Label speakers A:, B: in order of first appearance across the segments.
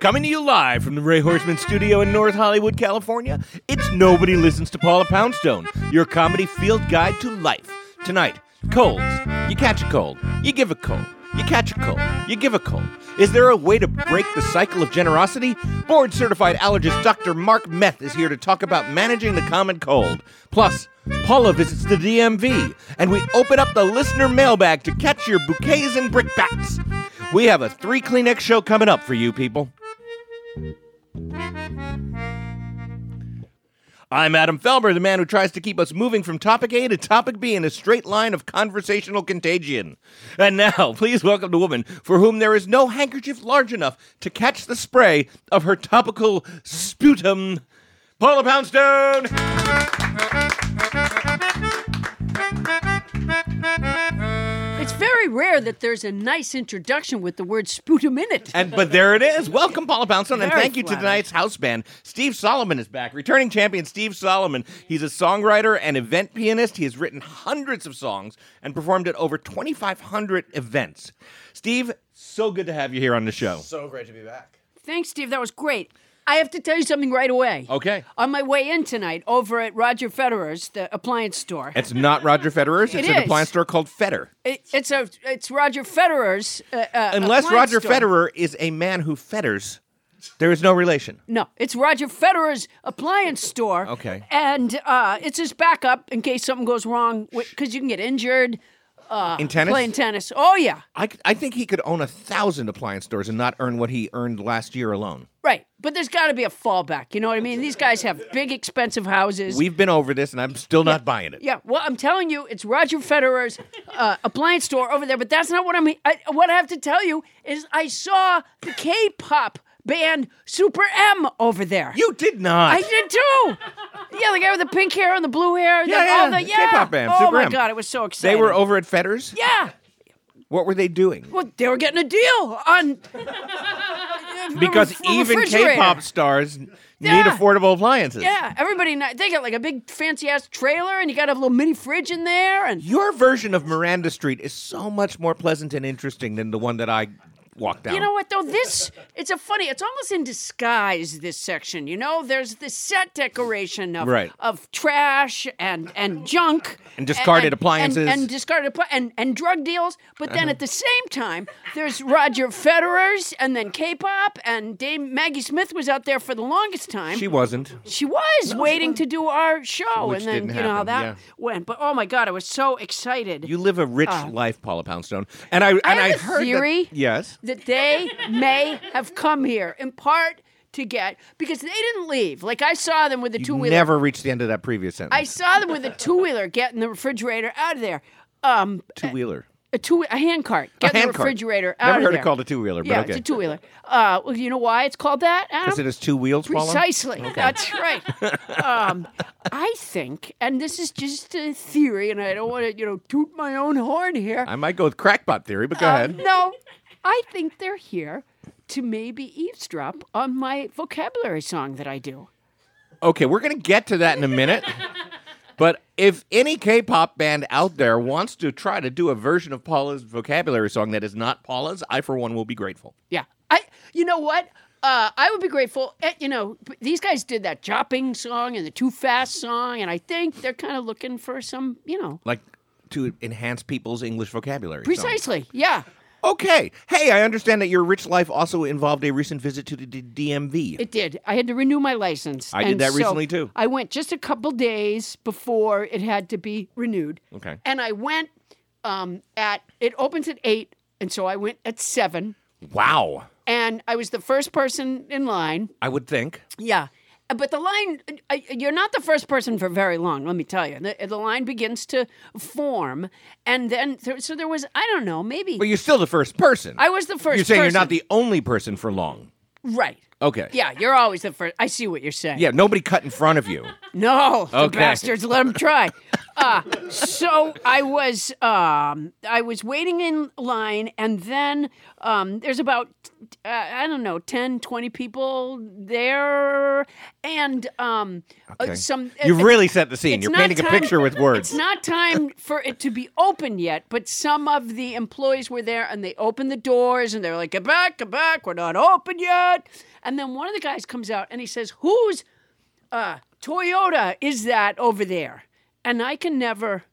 A: Coming to you live from the Ray Horseman Studio in North Hollywood, California, it's Nobody Listens to Paula Poundstone, your comedy field guide to life. Tonight, colds. You catch a cold. You give a cold. You catch a cold. You give a cold. Is there a way to break the cycle of generosity? Board certified allergist Dr. Mark Meth is here to talk about managing the common cold. Plus, Paula visits the DMV, and we open up the listener mailbag to catch your bouquets and brickbats. We have a three Kleenex show coming up for you people. I'm Adam Felber, the man who tries to keep us moving from topic A to topic B in a straight line of conversational contagion. And now, please welcome the woman for whom there is no handkerchief large enough to catch the spray of her topical sputum, Paula Poundstone!
B: It's very rare that there's a nice introduction with the word sputum in it.
A: And but there it is. Welcome, Paula Poundstone, and
B: Very
A: thank you to
B: flattering.
A: tonight's house band. Steve Solomon is back, returning champion Steve Solomon. He's a songwriter and event pianist. He has written hundreds of songs and performed at over 2,500 events. Steve, so good to have you here on the show.
C: So great to be back.
B: Thanks, Steve. That was great. I have to tell you something right away.
A: Okay.
B: On my way in tonight, over at Roger Federer's, the appliance store.
A: It's not Roger Federer's. It's an
B: is.
A: appliance store called Feder.
B: It, it's a it's Roger Federer's. Uh, uh,
A: Unless
B: appliance
A: Roger
B: store.
A: Federer is a man who fetters, there is no relation.
B: No, it's Roger Federer's appliance store.
A: Okay.
B: And uh, it's his backup in case something goes wrong because you can get injured
A: In tennis,
B: playing tennis. Oh yeah,
A: I, I think he could own a thousand appliance stores and not earn what he earned last year alone.
B: right. But there's got to be a fallback. You know what I mean? These guys have big, expensive houses.
A: We've been over this, and I'm still not buying it.
B: yeah, well, I'm telling you, it's Roger Federer's uh, appliance store over there. But that's not what I'm. I, what I have to tell you is, I saw the K-pop band Super M over there.
A: You did not.
B: I did too. Yeah, the guy with the pink hair and the blue hair. and
A: Yeah,
B: the,
A: yeah,
B: all the,
A: the K-pop band,
B: Oh
A: Super
B: my
A: M.
B: god, it was so exciting.
A: they were over at Fetter's.
B: Yeah.
A: What were they doing?
B: Well, they were getting a deal on
A: Because
B: ref-
A: even
B: refrigerator.
A: K-pop stars n- need
B: Yeah.
A: affordable appliances.
B: Yeah, everybody. kn- They got like a big fancy ass trailer, and you got to have a little mini fridge in there, and
A: Your version of Miranda Street is so much more pleasant and interesting than the one that I walked down.
B: You know what though? This it's a funny. It's almost in disguise. This section, you know, there's the set decoration of
A: Right.
B: of trash and and junk
A: And discarded
B: and-
A: appliances.
B: and, and discarded appli- and and drug deals. But then at the same time, there's Roger Federer's and then K-pop and Dame Maggie Smith was out there for the longest time.
A: She wasn't.
B: She was waiting to do our show,
A: Which
B: and then
A: didn't
B: you know how
A: happen,
B: that
A: yeah.
B: went. But oh my god, I was so excited.
A: You live a rich life, Paula Poundstone. And I and
B: Oh. have a
A: heard that-
B: theory.
A: yes.
B: that they may have come here in part to get because they didn't leave. Like I saw them with the two
A: You
B: wheeler.
A: never reached the end of that previous sentence.
B: I saw them with a two wheeler getting the refrigerator out of there. Um,
A: two wheeler.
B: a two a hand cart getting
A: hand
B: the
A: cart.
B: refrigerator
A: Never
B: out of
A: heard it
B: there.
A: called a two-wheeler, but
B: yeah,
A: okay.
B: it's a two wheeler. Uh, well, you know why it's called that?
A: Because it
B: Adam?
A: has two wheels. Paula?
B: Precisely. That's right. Um, I think, and this is just a theory, and I don't want to, you know, toot my own horn here.
A: I might go with crackpot theory, but go
B: Uh,
A: ahead.
B: no, I think they're here to maybe eavesdrop on my vocabulary song that I do.
A: Okay, we're gonna get to that in a minute. But if any K-pop band out there wants to try to do a version of Paula's vocabulary song that is not Paula's, I for one will be grateful.
B: Yeah. I. You know what? Uh, I would be grateful. eh, you know, p- these guys did that chopping song and the too fast song, and I think they're kind of looking for some, you know,
A: Like to enhance people's English vocabulary. song.
B: precisely. Yeah.
A: Okay. Hey, I understand that your rich life also involved a recent visit to the D- DMV.
B: It did. I had to renew my license.
A: I did
B: and
A: that
B: so
A: recently, too.
B: I went just a couple days before it had to be renewed.
A: Okay.
B: And I went um, at it opens at eight, and so I went at seven,
A: wow.
B: and I was the first person in line.
A: I would think.
B: Yeah. But the line, I- you're not the first person for very long, let me tell you. The, the line begins to form. And then, there, so there was, I don't know, maybe.
A: But you're still the first person.
B: I was the first
A: You're saying you're
B: person.
A: not the only person for long.
B: Right.
A: Okay.
B: Yeah, you're always the first. I see what you're saying.
A: Yeah, nobody cut in front of
B: Uh,
A: you.
B: No, the
A: Okay.
B: bastards let them try. Uh, so I was um, I was waiting in line, and then um, there's about uh, I don't know 10, 20 people there, and um, uh,
A: Okay.
B: some.
A: You've
B: uh,
A: really set the scene.
B: it's
A: You're
B: not
A: painting a
B: time-
A: picture with words.
B: It's not time for it to be open yet, but some of the employees were there and they opened the doors and they're like, "Get back, get back! We're not open yet." And then one of the guys comes out and he says, "Whose uh, Toyota is that over there?" And I can never.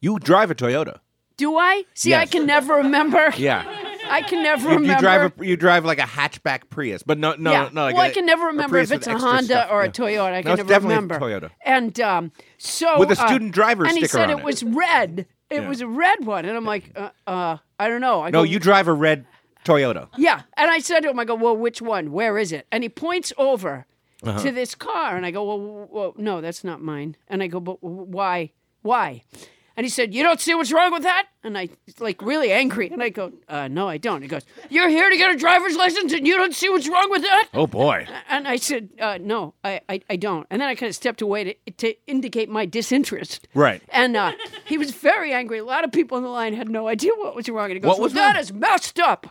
A: you drive a Toyota.
B: Do I see? I
A: Yes.
B: can never remember.
A: Yeah.
B: I can never
A: You,
B: remember.
A: you drive a, you drive like a hatchback Prius, but no no
B: yeah.
A: no. Like
B: well,
A: I
B: I can never remember if it's a Honda or a Toyota. I can
A: No, it's
B: never
A: definitely a
B: remember.
A: Toyota.
B: And um, so
A: With a student driver
B: and he
A: sticker
B: said
A: on
B: it
A: it.
B: was red. It
A: Yeah.
B: was a red one, and I'm like, uh, uh I don't know. I
A: No,
B: go,
A: you drive a red Toyota.
B: Yeah, and I said to him, I go, well, which one? Where is it? And he points over
A: Uh-huh.
B: to this car, and I go, well, w- well, no, that's not mine. And I go, but w- why? Why? And he said, you don't see what's wrong with that? And I like really angry, and I go, uh, no, I don't. He goes, you're here to get a driver's license, and you don't see what's wrong with that?
A: Oh boy.
B: And I said, uh, no, I, I, I don't. And then I kind of stepped away to, to indicate my disinterest.
A: Right.
B: And uh, he was very angry. A lot of people on the line had no idea what was wrong. And he goes,
A: What was
B: well, that
A: wrong?"
B: is messed up.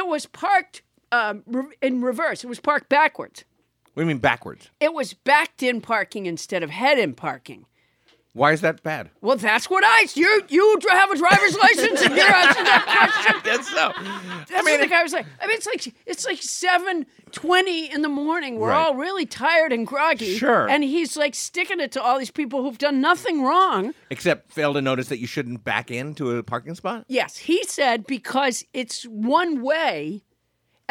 B: It was parked um, re- in reverse. It was parked backwards.
A: What do you mean backwards?
B: It was backed in parking instead of head in parking.
A: Why is that bad?
B: Well, that's what I. You you dr- have a driver's license and you're answering that question.
A: I guess so.
B: That's what the guy was like. I mean, it's like it's like seven twenty in the morning. We're
A: Right.
B: all really tired and groggy.
A: Sure.
B: And he's like sticking it to all these people who've done nothing wrong.
A: Except fail to notice that you shouldn't back into a parking spot.
B: Yes, he said because it's one way.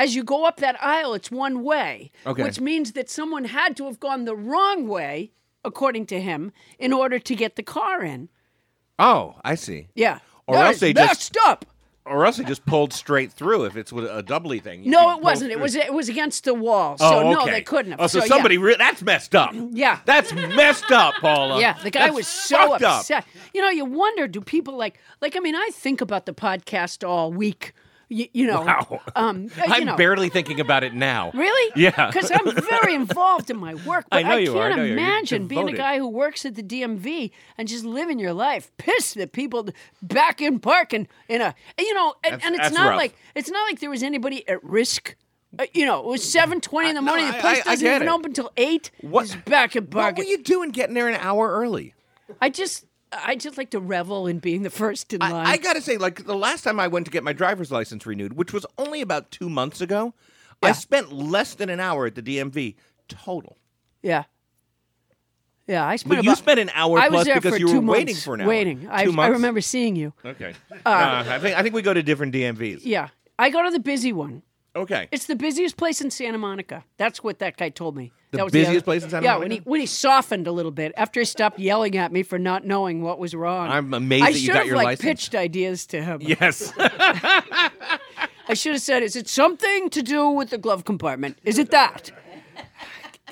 B: As you go up that aisle, it's one way.
A: Okay.
B: Which means that someone had to have gone the wrong way, according to him, in order to get the car in.
A: Oh, I see.
B: Yeah.
A: Or
B: That
A: else
B: is
A: they just-
B: messed up.
A: Or else it just pulled straight through if it's with a doubly thing. You
B: No,
A: could
B: it
A: go
B: wasn't. It
A: through.
B: was it was against the wall. So
A: Oh,
B: no,
A: okay.
B: they couldn't have.
A: Oh, so,
B: yeah.
A: somebody re- that's messed up.
B: Yeah.
A: That's messed up, Paula.
B: Yeah, the guy
A: That's
B: was so
A: fucked up.
B: upset. You know, you wonder do people like like I mean, I think about the podcast all week. You, you know,
A: Wow.
B: um, uh, you
A: I'm
B: know,
A: barely thinking about it now.
B: really,
A: Yeah.
B: because I'm very involved in my work. But
A: I
B: I,
A: know you are. I
B: can't
A: know you're- you're
B: imagine being a
A: devoted.
B: guy who works at the DMV and just living your life pissed that people back in parking in a you know, and,
A: That's-
B: and it's
A: that's
B: not
A: rough.
B: like it's not like there was anybody at risk. Uh, you know, it was seven twenty in the
A: I- no,
B: morning. the
A: I-
B: place
A: I- I
B: doesn't
A: get
B: even
A: it.
B: open until eight.
A: What-
B: Just back in
A: What
B: parking?
A: were you doing getting there an hour early?
B: I just I just like to revel in being the first in line.
A: I, I gotta say, like the last time I went to get my driver's license renewed, which was only about two months ago, I
B: Yeah.
A: spent less than an hour at the DMV total.
B: yeah. Yeah, I spent
A: But you
B: about-
A: spent an hour
B: I
A: plus
B: was there
A: because
B: for
A: you were
B: two
A: waiting
B: months,
A: for an hour.
B: Waiting. I,
A: Two
B: I
A: months?
B: remember seeing you.
A: Okay. Uh, I think I think we go to different DMVs.
B: Yeah. I go to the busy one.
A: Okay.
B: It's the busiest place in Santa Monica. That's what that guy told me.
A: The
B: that was
A: busiest
B: other-
A: place in Santa
B: yeah,
A: Monica?
B: when he when he softened a little bit after he stopped yelling at me for not knowing what was wrong.
A: I'm amazed
B: I
A: that you
B: should
A: got
B: have,
A: your
B: like
A: license.
B: pitched ideas to him.
A: yes.
B: I should have said, is it something to do with the glove compartment? Is it that?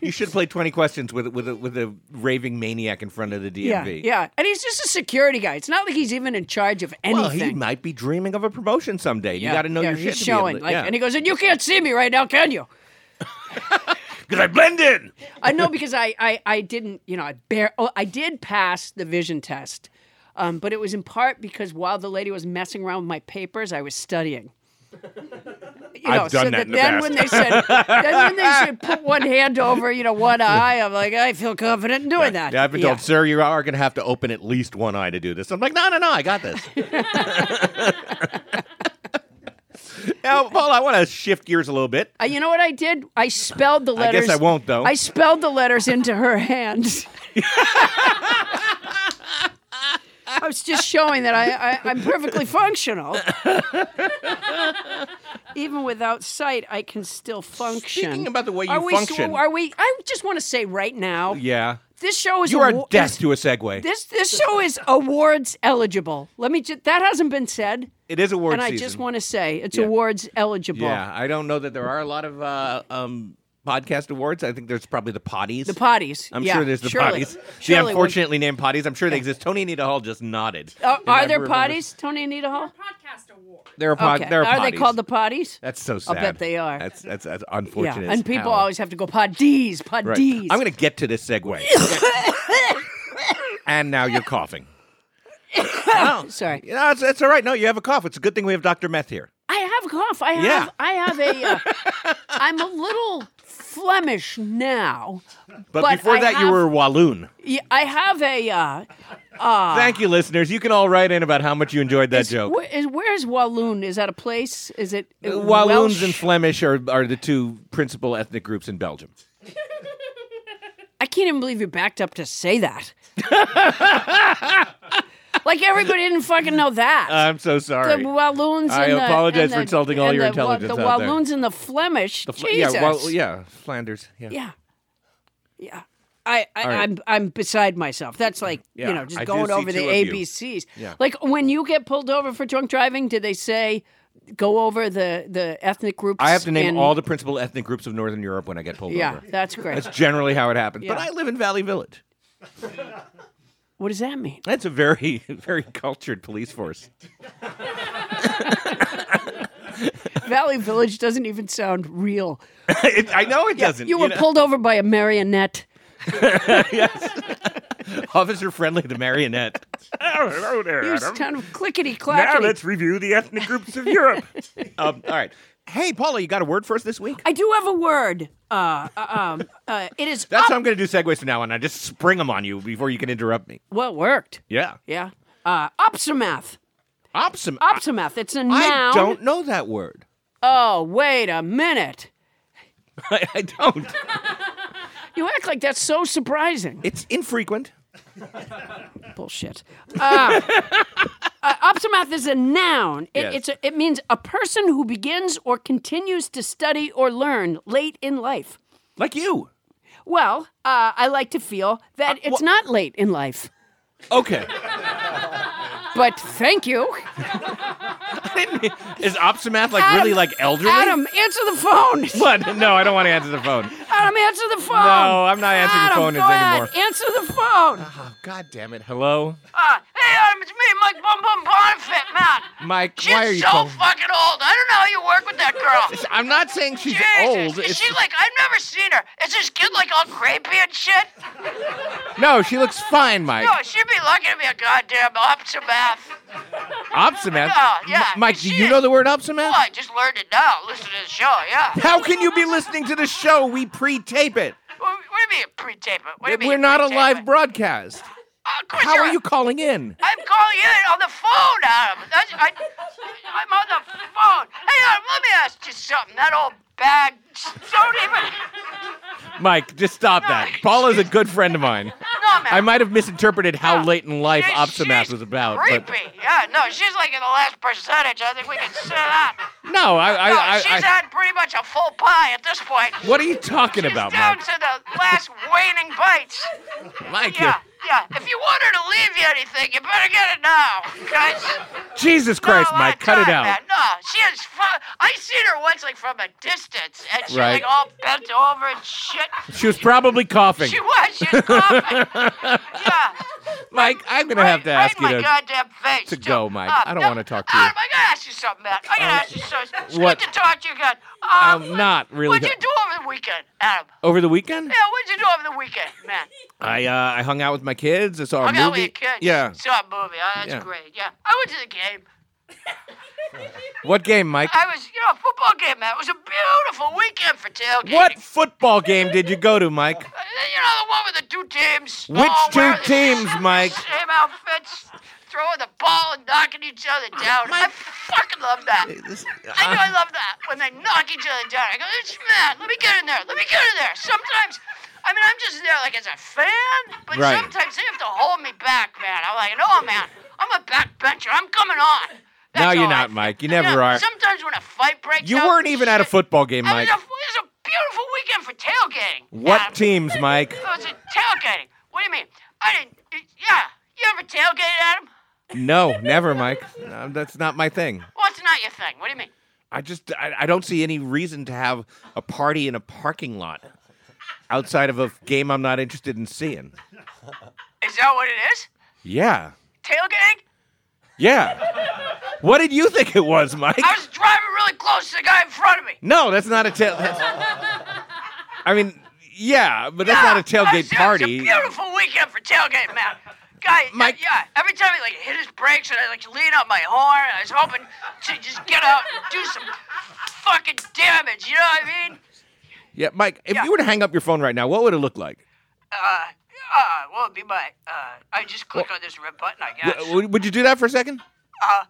A: you should play twenty questions with with a, with a raving maniac in front of the
B: Yeah.
A: DMV.
B: Yeah. And he's just a security guy. It's not like he's even in charge of
A: Well,
B: anything.
A: he might be dreaming of a promotion someday.
B: Yeah,
A: You got to know
B: yeah,
A: your
B: he's
A: shit. to be able
B: showing.
A: to-
B: like,
A: yeah.
B: And he goes, and you can't see me right now, can you?
A: Because I blend in.
B: I know because I, I, I didn't, you know, I bare, oh, I did pass the vision test, um, but it was in part because while the lady was messing around with my papers, I was studying. You
A: I've done that in the
B: then
A: past.
B: when they said, then when they said, put one hand over, you know, one eye, I'm like, I feel confident in doing that.
A: Yeah, I've been told, sir, you are going to have to open at least one eye to do this. I'm like, no, no, no, I got this. now, Paul, I want to shift gears a little bit.
B: Uh, you know what I did? I spelled the
A: I
B: letters.
A: guess I won't, though.
B: I spelled the letters into her hands. I was just showing that I, I, I'm perfectly functional. Even without sight, I can still function.
A: Speaking about the way
B: are
A: you
B: we,
A: function.
B: Are we? I just want to say right now,
A: yeah.
B: this show is
A: You are
B: awa-
A: death
B: is-
A: to a segue.
B: This this show is awards eligible. Let me. Ju- that hasn't been said,
A: it is award
B: and I
A: season.
B: just want to say it's
A: Yeah.
B: awards eligible.
A: yeah, I don't know that there are a lot of uh, um, podcast awards. I think there's probably the potties.
B: The potties.
A: I'm
B: yeah,
A: sure there's the
B: surely.
A: potties.
B: Surely
A: the
B: when-
A: unfortunately named potties. I'm sure they exist. Tony Anita Hall just nodded.
B: Oh, Are,
A: And
B: are
A: I've
B: there
A: remembered-
B: potties, Tony Anita Hall?
C: Podcast award.
A: There are, pod-
B: okay.
A: there are,
B: are they
A: potties.
B: called the potties?
A: That's so
B: I'll
A: sad.
B: bet they are.
A: That's that's, that's
B: Yeah,
A: unfortunate. as
B: and people
A: hell.
B: always have to go potties,
A: Right.
B: potties.
A: I'm going to get to this segue. and now you're coughing. no,
B: Sorry.
A: no, it's, it's all right. No, you have a cough. It's a good thing we have Dr. Meth here.
B: I have a cough. I have.
A: Yeah.
B: I have a. Uh, I'm a little Flemish now.
A: But,
B: But
A: before
B: I
A: that, you
B: have-
A: were Walloon.
B: Yeah, I have a. Uh,
A: Thank you, listeners. You can all write in about how much you enjoyed that joke.
B: where, is, where's Walloon? Is that a place? Is it uh,
A: Walloons
B: Welsh?
A: and Flemish are, are the two principal ethnic groups in Belgium.
B: I can't even believe you backed up to say that. like everybody didn't fucking know that.
A: I'm so sorry.
B: The Walloons.
A: I
B: and the-
A: apologize
B: and
A: for
B: the-
A: insulting all
B: and
A: your
B: the-
A: intelligence
B: The
A: out there.
B: Walloons and the Flemish.
A: The Fl-
B: Jesus.
A: Yeah, well, yeah, Flanders. Yeah.
B: Yeah. Yeah. I, I,
A: right.
B: I'm I'm beside myself. That's like
A: Yeah,
B: you know just
A: I do
B: going
A: see
B: over the
A: two of you.
B: ABCs.
A: Yeah.
B: Like when you get pulled over for drunk driving, do they say go over the the ethnic groups?
A: I have to name
B: and-
A: all the principal ethnic groups of Northern Europe when I get pulled
B: Yeah,
A: over.
B: that's great.
A: That's generally how it happens. But
B: Yeah.
A: I live in Valley Village.
B: what does that mean?
A: That's a very, very cultured police force.
B: Valley Village doesn't even sound real.
A: It- I know it doesn't.
B: You were
A: know?
B: pulled over by a marionette.
A: officer friendly to marionette. Hello there,
B: It was kind of clickety clackety.
A: review the ethnic groups of Europe. um, all right. Hey, Paula, you got a word for us this week?
B: I do have a word. Uh, uh, um, uh, it is
A: That's how I'm going to do segues from now on. I just spring them on you before you can interrupt me.
B: well it worked.
A: Yeah.
B: Yeah. Uh, opsomath.
A: Opsim.
B: Opsomath. It's a noun.
A: I don't know that word.
B: Oh, wait a minute.
A: I, I don't.
B: You act like that's so surprising.
A: It's infrequent.
B: Bullshit. Uh, uh, opsomath is a noun. It,
A: Yes.
B: it's a, it means a person who begins or continues to study or learn late in life.
A: Like you.
B: Well, uh, I like to feel that it's
A: Uh, wha-
B: not late in life.
A: Okay.
B: But thank you.
A: Is opsomath like really
B: Adam-
A: like elderly?
B: Adam, answer the phone.
A: What? No, I don't want to answer the phone.
B: Adam, answer the phone.
A: No, I'm not answering the
B: Adam,
A: phone
B: go
A: anymore.
B: ahead. Answer the phone.
A: Oh, God damn it. Hello?
B: Uh, hey, Adam, it's me, Mike Bum Bum Bonfit, man.
A: Mike,
B: She's
A: why are you
B: so
A: calling?
B: fucking old. I don't know how you work with that girl.
A: I'm not saying she's
B: Jesus,
A: old.
B: is
A: It's-
B: she like? I've never seen her. Is this kid like all crepey and shit?
A: no, she looks fine, Mike.
B: No, she'd be lucky to be a goddamn opsomath.
A: Opsomath.
B: Yeah, yeah.
A: M- Mike, do
B: She
A: you
B: is-
A: know the word opsomath?
B: I just learned it now. Listen to the show, yeah.
A: How can you be listening to the show? We pre-tape it.
B: What, what do you mean pre-tape it? What do you mean
A: We're not a
B: pre-tape
A: live
B: it?
A: broadcast.
B: Of course
A: How
B: you're
A: are
B: a-
A: you calling in?
B: I'm calling in on the phone, Adam. That's, I, I'm on the phone. Hey,
C: uh,
B: Adam, let me ask you something. That old bag, don't even.
A: Mike, just stop that. Paula's a good friend of mine.
B: No, man.
A: I might have misinterpreted how
B: Yeah.
A: late in life
B: She's-
A: Opsomath
B: she's
A: was about.
B: Creepy.
A: But
B: Yeah, no, she's like in the last percentage. I think we can say that.
A: no, I, I,
B: No,
A: I,
B: she's
A: I,
B: had
C: pretty much a full pie at this point.
A: What are you talking
C: She's
A: about,
C: down
A: Mike?
C: to the last waning bites.
A: Like
C: Yeah,
A: it.
C: yeah. If you want her to leave you anything, you better get it now, guys.
A: Jesus Christ,
C: No,
A: Mike,
C: I
A: cut it
C: don't,
A: out.
C: man. No, she is. Fu- I seen her once, like from a distance, and she
A: Right.
C: like all bent over and shit.
A: She was probably coughing.
C: She was. She was coughing. yeah.
A: Mike, I'm gonna have to
C: right
A: ask
C: in
A: you
C: my
A: to.
C: goddamn face.
A: to
C: too.
A: go, Mike.
C: Uh,
A: I don't
C: no,
A: wanna talk to you.
C: Adam, I gotta ask you something, man. I gotta ask you something. It's
A: what-
C: good to talk to you again. Um,
A: I'm not really.
C: What'd you do over the weekend, Adam?
A: Over the weekend,
C: Yeah, what'd you do over the weekend, man?
A: I uh, I hung out with my kids. I saw a
C: I
A: movie.
C: got with your kids.
A: Yeah.
C: Saw a movie. Oh, that's
A: Yeah.
C: great. Yeah. I went to the game.
A: What game, Mike?
C: I was, you know, a football game, man. It was a beautiful weekend for tailgating.
A: What football game did you go to, Mike?
C: Uh, You know the one with the two teams.
A: Which
C: all
A: two
C: wearing the
A: teams,
C: same-
A: Mike?
C: Same outfits, throwing the ball and knocking each other down. I fucking love that. I
A: uh,
C: know I love that when they knock each other down. I go, "It's man, let me get in there. Let me get in there." Sometimes, I mean, I'm just there like as a fan, but
A: Right.
C: sometimes they have to hold me back, man. I'm like, "No, man, I'm a backbencher. I'm coming on." That's
A: No, you're
C: all I
A: not,
C: feel.
A: Mike. You
C: Yeah,
A: never are.
C: Sometimes when a fight breaks
A: You
C: out,
A: weren't even at a
C: shit.
A: football game, Mike.
C: It was, a, it was a beautiful weekend for tailgating. Adam.
A: What teams, Mike?
C: It was a tailgating. What do you mean? I didn't. it- yeah. You ever tailgated, Adam?
A: No, never, Mike. No, that's not my thing.
C: Well, it's not your thing. What do you mean?
A: I just I, I don't see any reason to have a party in a parking lot outside of a game I'm not interested in seeing.
C: Is that what it is?
A: Yeah.
C: Tailgating?
A: Yeah. What did you think it was, Mike?
C: I was driving really close to the guy in front of me.
A: No, that's not a tail. that's- I mean, yeah, but that's not a
C: Yeah, I
A: tailgate
C: said It
A: party.
C: was a beautiful weekend for tailgate, man. Guy,
A: Mike-
C: yeah. Every time he like hit his brakes and I like lean out my horn, I was hoping to just get out and do some fucking damage. You know what I mean?
A: Yeah, Mike, if
C: Yeah.
A: you were to hang up your phone right now, what would it look like?
C: Uh, uh, well, it'd be my. Uh, I just click on this red button, I guess.
A: W- Would, would you do that for a second?
C: Uh,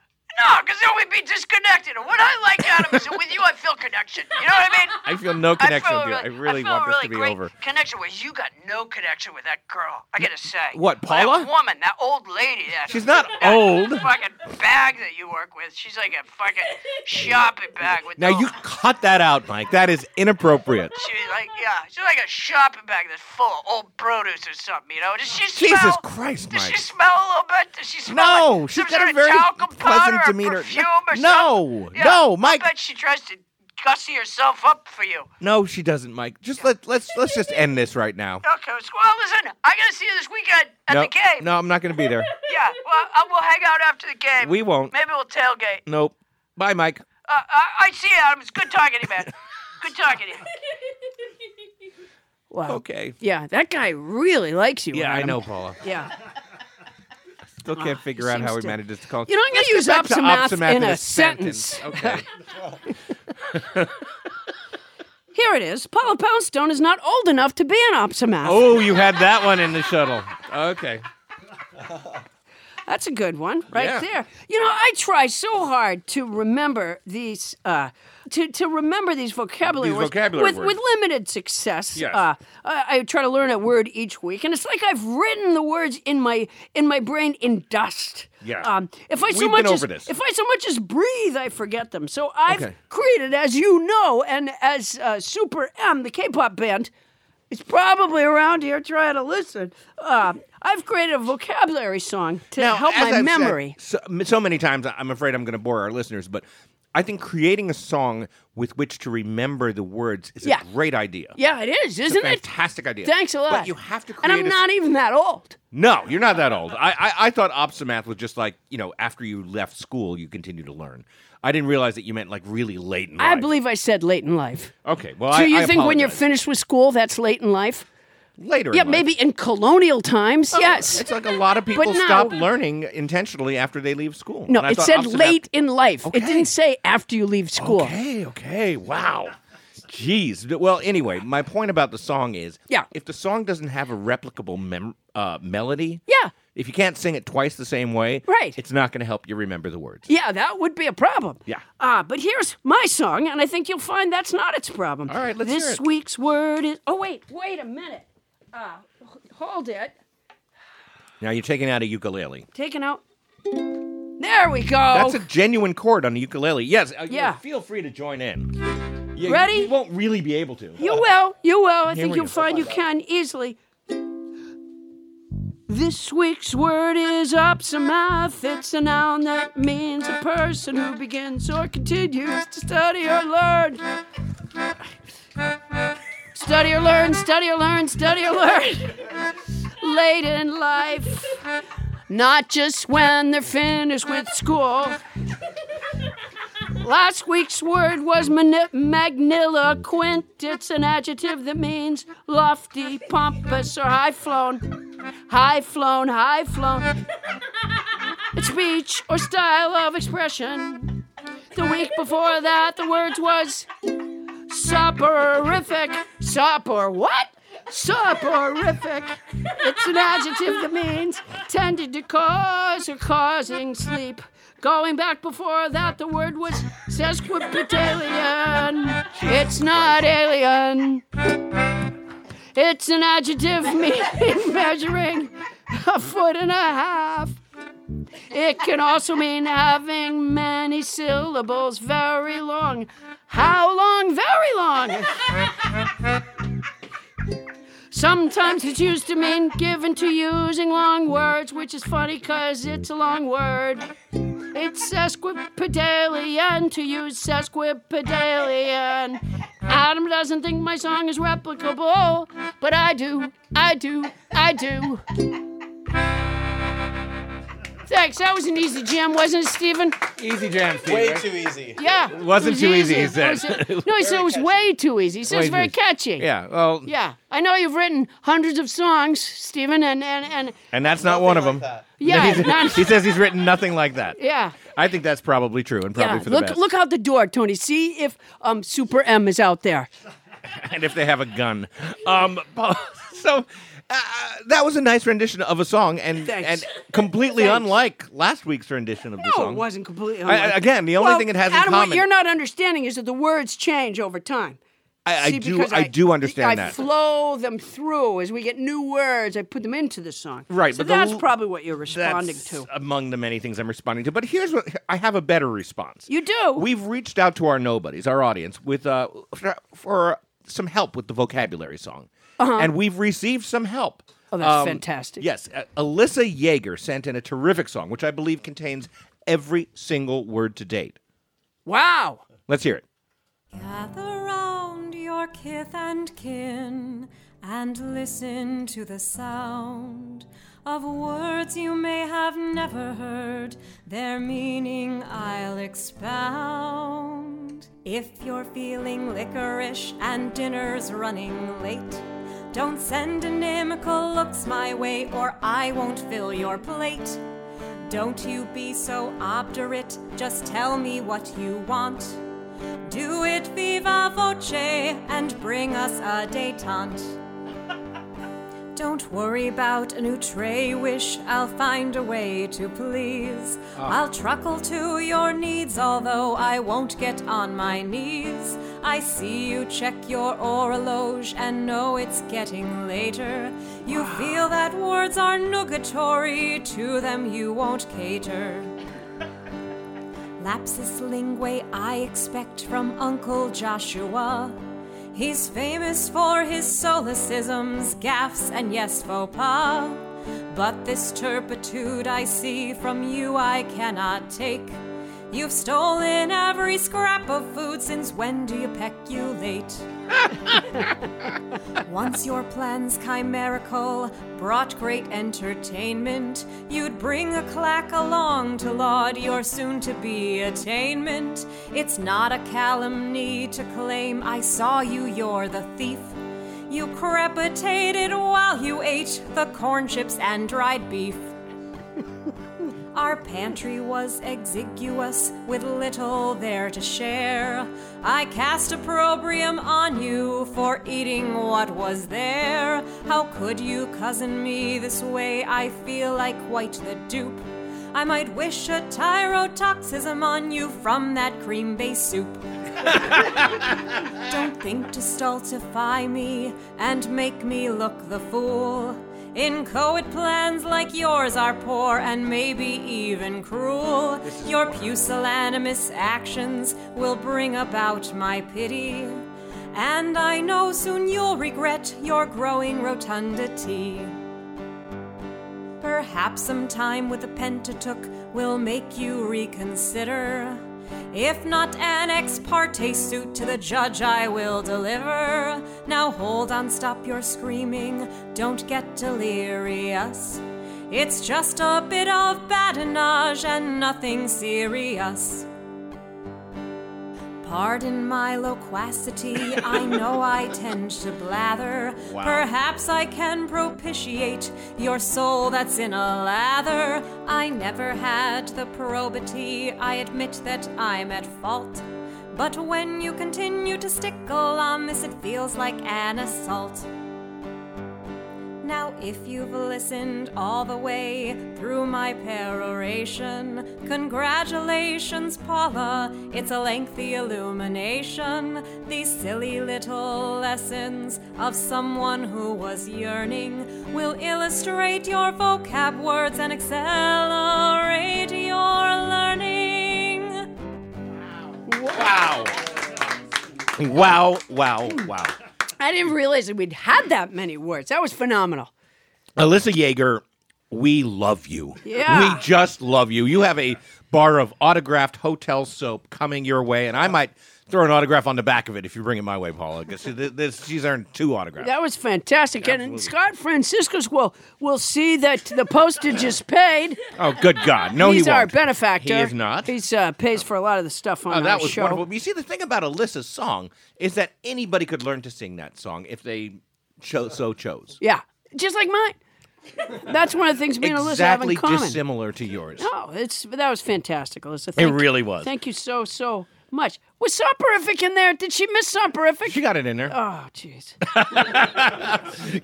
C: no, because then we'd be disconnected. And what I like, Adam, is that with you, I feel connection. You know what I mean?
A: I feel no connection
C: feel
A: with you. I really
C: feel
A: want
C: a
A: this
C: really
A: to be
C: great
A: over.
C: Connection with you got no connection with that girl. I gotta say.
A: What, Paula?
C: That woman, that old lady. That,
A: She's not
C: that
A: old.
C: Fucking bag that you work with. She's like a fucking shopping bag with.
A: Now
C: no-
A: you cut that out, Mike. That is inappropriate.
C: She's like, yeah, she's like a shopping bag that's full of old produce or something, you know? Does she smell?
A: Jesus Christ,
C: Does she
A: Mike.
C: smell a little bit? Does she smell
A: No,
C: like
A: she's
C: some
A: got
C: sort
A: a
C: of
A: very
C: talcum powder
A: pleasant
C: or
A: demeanor.
C: Perfume or
A: No,
C: something? Yeah,
A: no, Mike.
C: I bet she tries to gussy herself up for you.
A: No, she doesn't, Mike. Just let let's let's just end this right now.
C: Okay, so, well, listen, I gotta see you this weekend at
A: no,
C: the game.
A: no, I'm not going to be there.
C: Yeah, well, I, we'll hang out after the game.
A: We won't.
C: Maybe we'll tailgate.
A: Nope. Bye, Mike.
C: Uh, I, I see you, Adam. It's good talking to you, man. Good talking to you.
B: Wow.
A: Okay.
B: Yeah, that guy really likes you.
A: Yeah, I
B: Adam.
A: know, Paula.
B: Yeah.
A: Still can't figure out
B: seems
A: how we
B: to-
A: manages to call.
B: You know, I'm going to use
A: Back to
B: Opsimath,
A: Opsimath
B: in, a sentence.
A: Okay.
B: Here it is. Paula Poundstone is not old enough to be an Opsimath.
A: oh, you had that one in the shuttle. Okay.
B: That's a good one right
A: Yeah.
B: there. You know, I try so hard to remember these uh, to, to remember these vocabulary,
A: These
B: words,
A: vocabulary
B: with,
A: words.
B: with limited success.
A: Yes.
B: Uh, I, I try to learn a word each week, and it's like I've written the words in my in my brain in dust.
A: Yeah.
B: Um, if I so
A: We've been
B: much
A: over
B: as,
A: this.
B: if I so much as breathe, I forget them. So I've
A: Okay.
B: created, as you know, and as uh, Super M, the K-pop band, it's probably around here trying to listen. Uh, I've created a vocabulary song to help
A: as
B: my
A: I've said
B: memory.
A: so, so many times, I'm afraid I'm going to bore our listeners, but I think creating a song with which to remember the words is
B: Yeah.
A: a great idea.
B: yeah, it is,
A: It's a
B: isn't
A: fantastic idea.
B: it? Thanks a lot.
A: But you have to create
B: And I'm
A: a-
B: not e-, even that old.
A: No, you're not that old. I, I, I thought Opsimath was just like, you know, after you left school, you continue to learn. I didn't realize that you meant like really late in
B: I
A: life.
B: believe I said late in life.
A: Okay, well,
B: Do
A: I
B: you
A: I
B: think when you're
A: apologize.
B: finished with school, that's late in life?
A: Later. in
B: Yeah,
A: life.
B: maybe in colonial times, yes.
A: Oh, It's like a lot of people
B: now-
A: stop learning intentionally after they leave school.
B: no,
A: And I
B: it
A: thought
B: said
A: Opsimath-
B: late in life. It
A: Okay.
B: didn't say after you leave school.
A: Okay, okay, wow. Jeez. D- Well, anyway, my point about the song is
B: Yeah.
A: if the song doesn't have a replicable mem- uh, melody,
B: Yeah.
A: if you can't sing it twice the same way,
B: Right.
A: it's not going to help you remember the words.
B: Yeah, that would be a problem.
A: Yeah.
B: Ah, but here's my song, and I think you'll find that's not its problem.
A: All right, let's
B: This
A: hear it.
B: week's word is. Oh wait, wait a minute. Uh, h- hold it.
A: Now you're taking out a ukulele.
B: Taking out. There we go.
A: That's a genuine chord on the ukulele. Yes, uh, you know,
B: Oh. Yeah.
A: feel free to join in. Yeah, you-
B: Ready?
A: You won't really be able to.
B: You will. You will. I
A: Here
B: think
A: we
B: you'll
A: go.
B: find you can easily. This week's word is opsomath. It's a noun that means a person who begins or continues to study or learn. Study or learn, study or learn, study or learn. Late in life. Not just when they're finished with school. Last week's word was mani- magniloquent. It's an adjective that means lofty, pompous, or high flown. High flown, high flown. It's speech or style of expression. The week before that, the words was soporific. Sopor what? Soporific. It's an adjective that means tended to cause or causing sleep. Going back before that, the word was sesquipedalian. It's not alien. It's an adjective meaning measuring a foot and a half. It can also mean having many syllables, very long. How long? Very long. Sometimes it's used to mean given to using long words, which is funny because it's a long word. It's sesquipedalian to use sesquipedalian. Adam doesn't think my song is replicable, but I do, I do, I do. Thanks, that was an easy jam, wasn't it, Stephen?
A: Easy jam, Steve.
D: Way
A: right?
D: too easy.
B: Yeah. It
A: wasn't
B: was
A: too easy, he
B: It
A: said.
B: was- no, he said it was way too easy. He said it was
A: Way
B: very
A: too-
B: catchy.
A: Yeah. Well.
B: Yeah, I know you've written hundreds of songs, Stephen, and and and
A: And that's not one of them.
D: Nothing like
B: yeah,
A: He's-
B: not-
A: he says he's written nothing like that.
B: yeah,
A: I think that's probably true, and probably
B: yeah.
A: for the
B: Look
A: best.
B: look out the door, Tony. See if um Super M is out there.
A: and if they have a gun. Um, Paul- so uh, that was a nice rendition of a song, and
B: Thanks.
A: and completely
B: Thanks.
A: unlike last week's rendition of the
B: No,
A: song.
B: it wasn't completely.
A: I-
B: unlike-
A: again, the only
B: Well,
A: thing it has in
B: Adam, what
A: common-
B: you're not understanding is that the words change over time.
A: I, I
B: See,
A: do.
B: because
A: I, do understand
B: I
A: that.
B: flow them through as we get new words. I put them into the song.
A: Right,
B: so
A: but the
B: that's
A: l-
B: probably what you're responding
A: That's
B: to.
A: among the many things I'm responding to. But here's what I have a better response.
B: You do.
A: We've reached out to our nobodies, our audience, with uh, for, for some help with the vocabulary song, and we've received some help.
B: Uh-huh.
A: Um,
B: Oh, that's fantastic.
A: Yes, uh, Alyssa Yeager sent in a terrific song, which I believe contains every single word to date.
B: wow.
A: Let's hear it.
E: Gather round your kith and kin and listen to the sound of words you may have never heard. Their meaning I'll expound. If you're feeling licorice and dinner's running late, don't send inimical looks my way or I won't fill your plate. Don't you be so obdurate, just tell me what you want. Do it viva voce and bring us a detente. Don't worry about a new tray wish, I'll find a way to please. I'll truckle to your needs, although I won't get on my knees. I see you check your orologe and know it's getting later. You feel that words are nugatory, to them you won't cater. Lapsus linguae I expect from Uncle Joshua. He's famous for his solecisms, gaffes, and yes faux pas. But this turpitude I see from you I cannot take. You've stolen every scrap of food since when do you peculate? Once your plans chimerical brought great entertainment, you'd bring a clack along to laud your soon to be attainment. It's not a calumny to claim I saw you, you're the thief. You crepitated while you ate the corn chips and dried beef. Our pantry was exiguous with little there to share. I cast opprobrium on you for eating what was there. How could you cousin me this way? I feel like quite the dupe. I might wish a tyrotoxism on you from that cream based soup. Don't think to stultify me and make me look the fool. Inchoate plans like yours are poor and maybe even cruel. Your pusillanimous actions will bring about my pity. And I know soon you'll regret your growing rotundity. Perhaps some time with the Pentateuch will make you reconsider. If not an ex parte suit to the judge, I will deliver. Now hold on, stop your screaming, don't get delirious. It's just a bit of badinage and nothing serious. Pardon my loquacity, I know I tend to blather. Perhaps I can propitiate your soul that's in a lather. I never had the probity, I admit that I'm at fault. But when you continue to stickle on this, it feels like an assault. Now, if you've listened all the way through my peroration, congratulations, Paula. It's a lengthy illumination. These silly little lessons of someone who was yearning will illustrate your vocab words and accelerate your learning.
A: Wow. Wow, wow, wow.
B: I didn't realize that we'd had that many words. That was phenomenal.
A: Alyssa Yeager, we love you.
B: Yeah.
A: We just love you. You have a bar of autographed hotel soap coming your way, and I might throw an autograph on the back of it if you bring it my way, Paula, because she's earned two autographs.
B: That was fantastic. And Scott Franciscus will will see that the postage is paid.
A: Oh, good God. No,
B: He's
A: he won't.
B: our benefactor.
A: He is not.
B: He's uh, pays for a lot of the stuff on
A: Oh, that
B: our
A: was
B: show.
A: wonderful. You see, the thing about Alyssa's song is that anybody could learn to sing that song if they cho- so chose.
B: Yeah, just like mine. That's one of the things me and Alyssa have in
A: exactly
B: common.
A: dissimilar to yours.
B: Oh, it's that was fantastic, Alyssa. Thank you-
A: really was.
B: Thank you so so much. Was soporific in there? Did she miss soporific?
A: She got it in there.
B: Oh, jeez.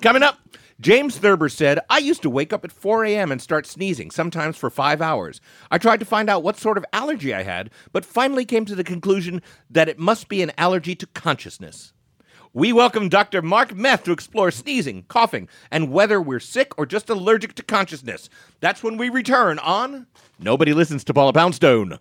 A: Coming up, James Thurber said, I used to wake up at 4 a.m. and start sneezing, sometimes for five hours. I tried to find out what sort of allergy I had, but finally came to the conclusion that it must be an allergy to consciousness. We welcome Dr. Mark Meth to explore sneezing, coughing, and whether we're sick or just allergic to consciousness. That's when we return on Nobody Listens to Paula Poundstone.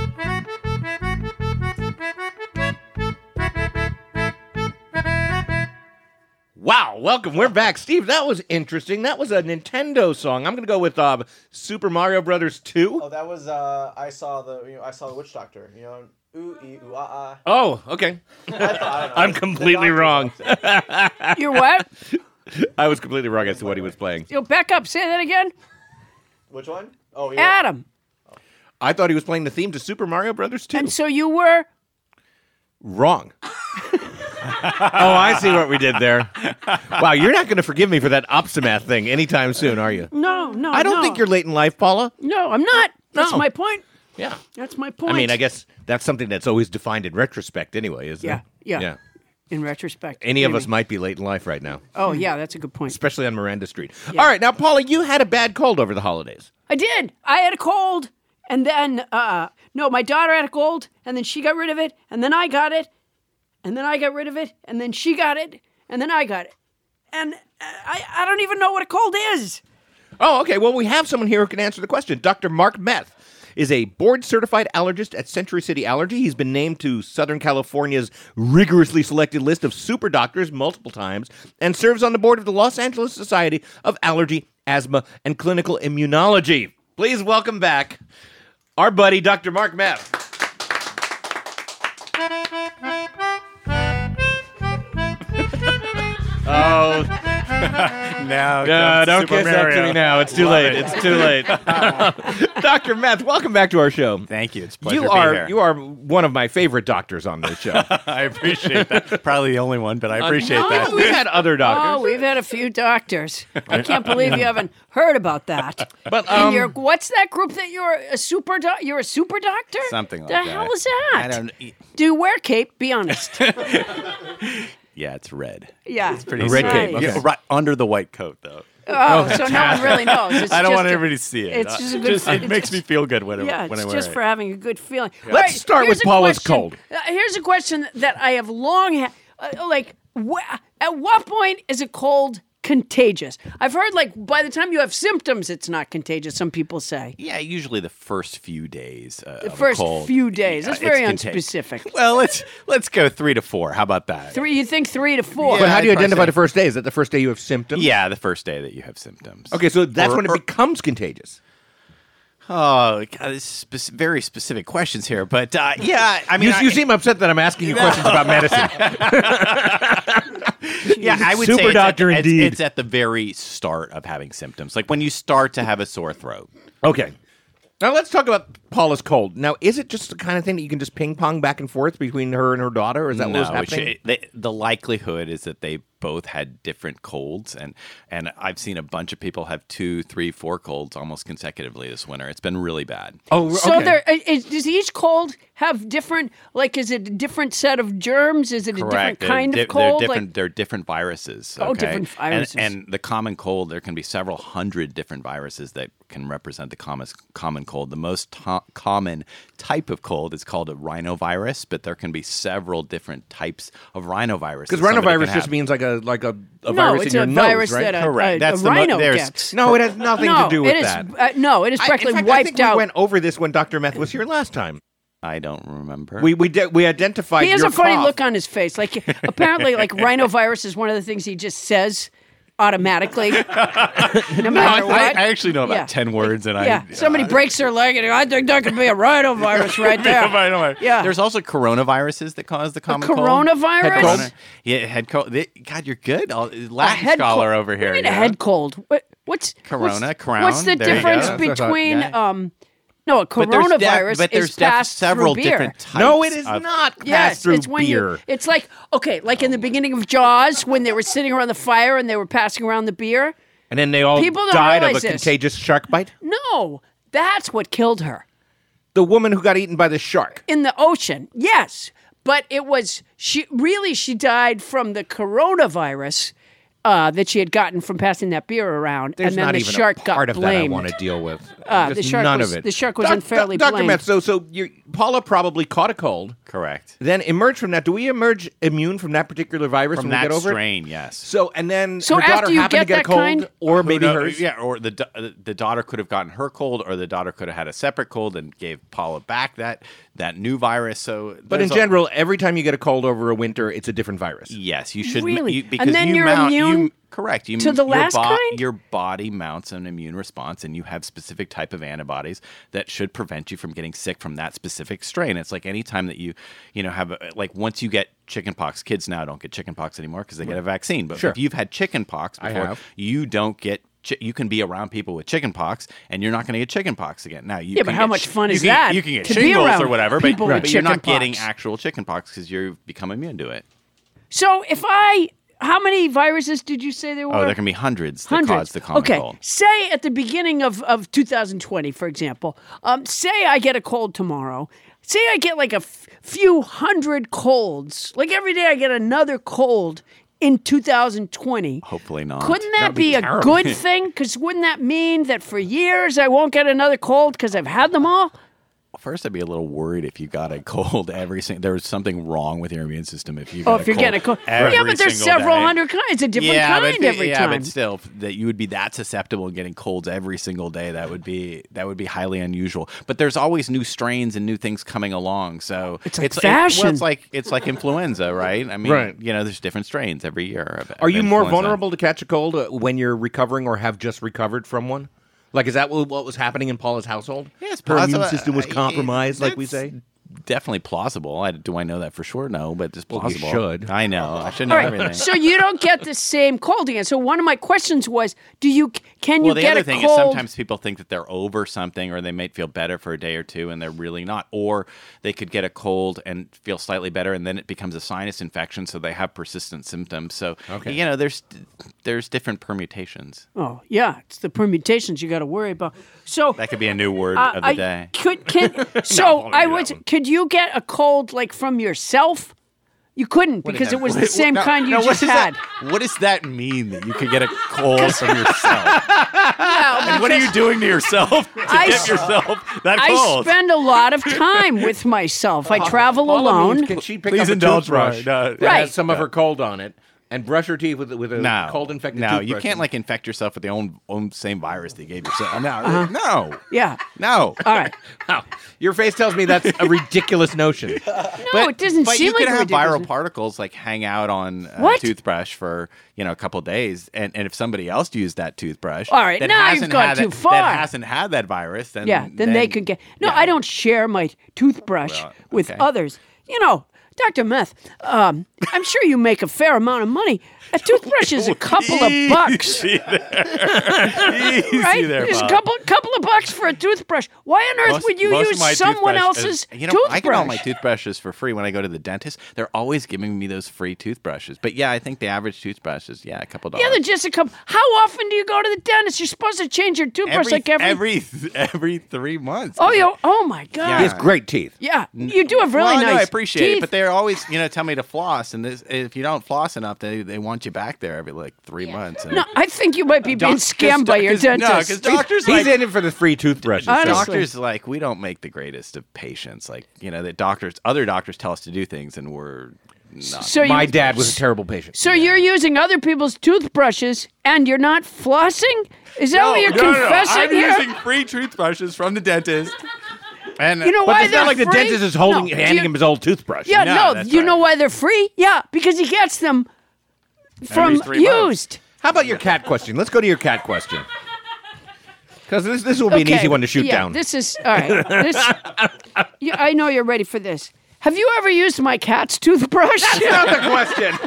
A: Wow, welcome. We're back. Steve, that was interesting. That was a Nintendo song. I'm going to go with uh, Super Mario Brothers 2.
F: Oh, that was uh, I saw the you know I saw the witch doctor. You know, ooh ee ooh ah ah.
A: Oh, okay.
F: I thought- I don't know.
A: I'm completely wrong.
B: You're what?
A: I was completely wrong as to what he was playing.
B: Yo, back up. Say that again.
F: Which one? Oh yeah.
B: Adam.
A: I thought he was playing the theme to Super Mario Brothers 2.
B: And so you were.
A: Wrong. oh, I see what we did there. Wow, you're not going to forgive me for that Opsimath thing anytime soon, are you?
B: No, no.
A: I don't
B: no.
A: think you're late in life, Paula.
B: No, I'm not. That's
A: No.
B: my point.
A: Yeah.
B: That's my
A: I
B: point.
A: mean, I guess that's something that's always defined in retrospect anyway, isn't
B: Yeah,
A: it?
B: yeah. In retrospect.
A: Any of
B: maybe.
A: us might be late in life right now,
B: Oh, yeah, that's a good point.
A: especially on Miranda Street. All right, now, Paula, you had a bad cold over the holidays.
B: I did. I had a cold, and then uh, no, my daughter had a cold, and then she got rid of it, and then I got it, and then I got rid of it, and then she got it, and then I got it, and uh, I I don't even know what a cold is.
A: Oh, okay. Well, we have someone here who can answer the question. Dr. Mark Meth is a board certified allergist at Century City Allergy. He's been named to Southern California's rigorously selected list of super doctors multiple times and serves on the board of the Los Angeles Society of Allergy, Asthma, and Clinical Immunology. Please welcome back our buddy, Dr. Mark Meth.
G: Now,
A: Uh,
G: comes
A: don't
G: Super
A: kiss
G: Mario.
A: up to me now. It's too
G: Love
A: late.
G: it.
A: It's too late. Dr. Meth, welcome back to our show.
G: Thank you. It's a pleasure
A: You
G: to be
A: are
G: here.
A: you are one of my favorite doctors on this show.
G: I appreciate that. Probably the only one, but I appreciate that.
A: We've had other
B: Oh,
A: doctors,
B: we've had a few doctors. I can't believe you haven't heard about that.
A: but
B: and
A: um,
B: you're what's that group that you're a super doc? You're a super doctor?
G: Something like
B: the
G: that.
B: The hell is that?
G: I don't. e-
B: Do you wear cape? Be honest.
G: Yeah, it's red.
B: Yeah. It's
G: Pretty
A: red
G: simple.
A: cape, okay.
G: Yeah, right under the white coat, though.
B: Oh, so no one really knows. It's
G: I don't
B: just
G: want
B: a-
G: everybody to see it.
B: it's
G: I-
B: just a good-
G: it
B: it's
G: makes
B: just-
G: me feel good when, I-
B: Yeah,
G: when I
B: it's
G: wear
B: just
G: it.
B: for having a good feeling.
A: Let's
B: Right,
A: start
B: here's
A: with
B: a
A: Paula's
B: question.
A: cold.
B: Uh, here's a question that I have long had. Uh, like, wh- at what point is a cold contagious? I've heard like by the time you have symptoms, it's not contagious. Some people say
H: Yeah, usually the first few days. Uh,
B: the first few days. That's very
H: it's contagious.
B: unspecific.
H: Well, let's let's go three to four. How about that?
B: Three, you think three to four?
A: but how do you
H: I'd probably
A: identify
H: say-
A: the first day? Is that the first day you have symptoms?
H: Yeah, the first day that you have symptoms.
A: Okay, so that's
H: Or-
A: when it
H: or-
A: becomes contagious.
H: Oh, God, this is spec- very specific questions here, but uh, yeah, I mean,
A: you,
H: I,
A: you seem upset that I'm asking you questions about medicine.
H: yeah, I would
A: Super
H: say it's at-
A: doctor
H: it's,
A: indeed.
H: It's at the very start of having symptoms, like when you start to have a sore throat.
A: Okay. Now let's talk about Paula's cold. Now, is it just the kind of thing that you can just ping pong back and forth between her and her daughter? Or is that what was
H: No, it should-
A: happening?
H: the, the likelihood is that they both had different colds, and and I've seen a bunch of people have two, three, four colds almost consecutively this winter. It's been really bad.
A: oh,
B: So there, is, does each cold have different? Like, is it a different set of germs? Is it a different
H: They're
B: kind
H: di-
B: of cold?
H: They're
B: Like-
H: different, they're different viruses.
B: Oh,
H: okay?
B: different
H: And-
B: viruses.
H: And, the common cold, there can be several hundred different viruses that can represent the common, common cold. The most to- common type of cold is called a rhinovirus, but there can be several different types of rhinoviruses.
A: Because
H: somebody can
A: rhinovirus
H: have.
A: just means like a like a, a
B: No,
A: virus
B: it's
A: in your
B: a
A: nose,
B: virus
A: right?
B: that a- Correct. a- That's a the mo- rhino there's- gets.
A: No, it has nothing
B: No,
A: to do with
B: it is-
A: that.
B: uh, no, it is
A: I- in
B: practically
A: fact, I
B: wiped
A: think
B: out.
A: We went over this when Dr. Meth was here last time.
H: I don't remember.
A: We we de- we identified.
B: he has
A: your
B: a funny
A: cough.
B: look on his face. Like apparently, like rhinovirus is one of the things he just says automatically. no
H: No, I,
B: matter
H: I-
B: what.
H: I actually know about
B: Yeah.
H: 10 words, and
B: yeah,
H: I.
B: somebody breaks their leg, and I think that could be a rhinovirus right there. Yeah.
H: There's also coronaviruses that cause the common
B: coronavirus?
H: cold.
B: Head cold?
H: Corona- Yeah, head cold. They- God, you're good. All, Latin
B: A head
H: scholar
B: cold.
H: over here.
B: What do you mean
H: you
B: a
H: know?
B: head cold? What, what's
H: Corona,
B: what's,
H: crown,
B: What's the
H: there you go.
B: difference
H: That's what I thought,
B: between
H: yeah.
B: um? No, a
H: But there's
B: coronavirus
H: def- but there's
B: is
H: def-
B: passed
H: several
B: through beer.
H: different types.
A: No, it is
H: of-
A: not
B: Yes,
A: passed through
B: it's when
A: beer.
B: you. It's like okay, like in the beginning of Jaws when they were sitting around the fire and they were passing around the beer.
A: and then they all
B: People don't
A: died of a
B: realize this.
A: contagious shark bite.
B: No, that's what killed her
A: The woman who got eaten by the shark.
B: in the ocean. Yes, but it was she. Really, she died from the coronavirus. Uh, that she had gotten from passing that beer around,
A: There's
B: and then
A: not
B: the
A: even
B: shark
A: a
B: got
A: part of that I
B: blamed.
A: want to deal with.
B: Uh,
A: Just
B: the shark
A: none
B: was-
A: of it.
B: the shark was unfairly
A: Doctor
B: blamed.
A: Metz. So, so you Paula probably caught a cold.
H: Correct.
A: Then emerged from that. Do we emerge immune from that particular virus
H: From
A: when we
H: that
A: get over
H: strain,
A: it?
H: yes.
A: So and then
B: So
A: her
B: after
A: daughter
B: you
A: happened
B: get
A: to get
B: that
A: a cold,
B: kind-
H: Who
A: or maybe
H: knows?
A: hers.
H: Yeah, or the da- uh, the daughter could have gotten her cold, or the daughter could have had a separate cold and gave Paula back that that new virus. So,
A: But in
H: there's a-
A: general, every time you get a cold over a winter, it's a different virus.
H: Yes, you should
B: Really?
H: you,
B: And
H: because
B: then
H: you
B: you're
H: mount, you-
B: immune
H: correct. You,
B: to the
H: your
B: last kind?
H: Your body mounts an immune response, and you have specific type of antibodies that should prevent you from getting sick from that specific strain. It's like any time that you, you know, have a, like once you get chickenpox, kids now don't get chickenpox anymore because they get a vaccine. But
A: Sure.
H: if you've had chickenpox
A: I
H: before,
A: have.
H: you don't get. chi- You can be around people with chickenpox, and you're not going to get chickenpox again. Now, you
B: Yeah, but
H: can
B: how
H: get
B: much
H: sh-
B: fun
H: you
B: is
H: can-
B: that,
H: You can get
B: to be
H: shingles
B: around
H: or whatever, but,
B: people with
H: but you're not
B: chickenpox?
H: getting actual chickenpox because you've become immune to it.
B: So if I, how many viruses did you say there were?
H: Oh, there can be hundreds, that cause the common
B: okay.
H: cold.
B: Say at the beginning of, of 2020, for example, um, say I get a cold tomorrow. Say I get like a f- few hundred colds. Like every day I get another cold in 2020.
H: Hopefully not.
B: Couldn't that
A: That'd be
B: be, a
A: terrible.
B: good thing? Because wouldn't that mean that for years I won't get another cold because I've had them all?
H: First, I'd be a little worried if you got a cold every single. There was something wrong with your immune system if you. Got
B: Oh, if you're getting a cold. yeah, but there's several hundred kinds, a different
H: yeah,
B: kind
H: but,
B: every
H: yeah,
B: time.
H: but still, f- that you would be that susceptible and getting colds every single day. That would be that would be highly unusual. But there's always new strains and new things coming along. So
B: It's like
H: it- well,
B: fashion.
H: it's like it's like influenza, right? I mean,
A: Right.
H: you know, there's different strains every year. Of,
A: Are
H: of
A: you more
H: influenza.
A: vulnerable to catch a cold uh, when you're recovering or have just recovered from one? Like, is that what, what was happening in Paula's household?
H: Yeah, it's
A: her immune
H: possible.
A: system was
H: I- I-
A: compromised, like we
H: that's
A: say.
H: Definitely plausible. I, do I know that for sure? No, but it's
A: Well, you
H: plausible.
A: should.
H: I know. I should know
B: All right.
H: everything.
B: So you don't get the same cold again. So one of my questions was, do you can you
H: well, the
B: get
H: other
B: a
H: thing
B: cold?
H: is sometimes people think that they're over something, or they might feel better for a day or two, and they're really not. Or they could get a cold and feel slightly better, and then it becomes a sinus infection, so they have persistent symptoms. So
A: Okay.
H: you know, there's there's different permutations.
B: oh yeah, it's the permutations you got to worry about. So
H: That could be a new word
B: uh,
H: of the
B: I
H: day.
B: could can so
H: won't
B: I
H: do that
B: was
H: one.
B: could you get a cold like from yourself? You couldn't because it was the same kind you
H: Now, what
B: just
H: does
B: had.
H: That, what does that mean that you could get a cold from yourself? and what are you doing to yourself to
B: I
H: get
B: s-
H: yourself that
B: I
H: cold?
B: spend a lot of time with myself. I travel alone.
A: Can she pick
H: Please
A: up a
H: indulge me.
A: toothbrush
H: No.
A: that
B: Right.
A: has some of her cold on it and brush her teeth with, with a
H: no,
A: cold infected
H: No,
A: toothbrush?
H: you can't like infect yourself with the own own same virus that you gave yourself. No, no,
B: Yeah.
H: no.
B: Uh-huh. All right.
A: Wow. Your face tells me that's a ridiculous notion.
B: No, it doesn't
H: But
B: seem
H: you
B: like
H: can
B: a
H: have
B: ridiculous-
H: viral particles like hang out on a
B: What?
H: toothbrush for you know a couple days, and, and if somebody else used that toothbrush,
B: All right,
H: that
B: now you've
H: hasn't
B: gone
H: had
B: too
H: that,
B: far.
H: That hasn't had that virus, then
B: Yeah, then, they could get. No,
H: yeah.
B: I don't share my toothbrush
H: Well,
B: with
H: okay.
B: others. You know, Dr. Meth, um, I'm sure you make a fair amount of money. A toothbrush
H: Oh,
B: is a couple of bucks.
A: Easy there. Easy
B: right?
A: there,
B: It's a
A: Bob.
B: couple, couple of bucks for a toothbrush. Why on earth
A: Most-
B: would you
A: most of my
B: use someone
A: toothbrush is-
B: else's
H: you know,
B: toothbrush?
H: I get all my toothbrushes for free when I go to the dentist. They're always giving me those free toothbrushes. But yeah, I think the average toothbrush is yeah, a couple dollars.
B: yeah, they're just a couple. How often do you go to the dentist? You're supposed to change your toothbrush like every.
H: every every three months.
B: oh, you. Oh my God.
H: He has great teeth.
B: Yeah, you do have really
H: well, I know,
B: nice.
H: I appreciate
B: teeth.
H: it, but they're always, you know, tell me to floss, and this, if you don't floss enough, they, they want you back there every like three months. And
B: No, I think you might be being scammed by your dentist.
H: No, because doctors
A: He's
H: like,
A: in it for the free toothbrushes. so-
B: Honestly.
H: doctors like we don't make the greatest of patients. Like you know, that doctors, other doctors tell us to do things, and we're not.
B: So you-
A: My dad was a terrible patient.
B: So you're using other people's toothbrushes and you're not flossing? Is that
A: No,
B: what you're
A: no, no, no.
B: confessing
A: I'm
B: here?
A: using free toothbrushes from the dentist. And
B: You know
A: but
B: why
A: it's not
B: they're
A: like the
B: free?
A: dentist is holding
B: No. Do
A: handing
B: you-
A: him his old toothbrush.
B: yeah, no,
H: that's
B: you
H: right.
B: know why they're free? Yeah, because he gets them from
H: three months.
B: used.
A: How about your cat question? Let's go to your cat question. Because this this will be an
B: Okay,
A: easy one to shoot
B: yeah,
A: down.
B: This is all right. This, you, I know you're ready for this. Have you ever used my cat's toothbrush?
A: question.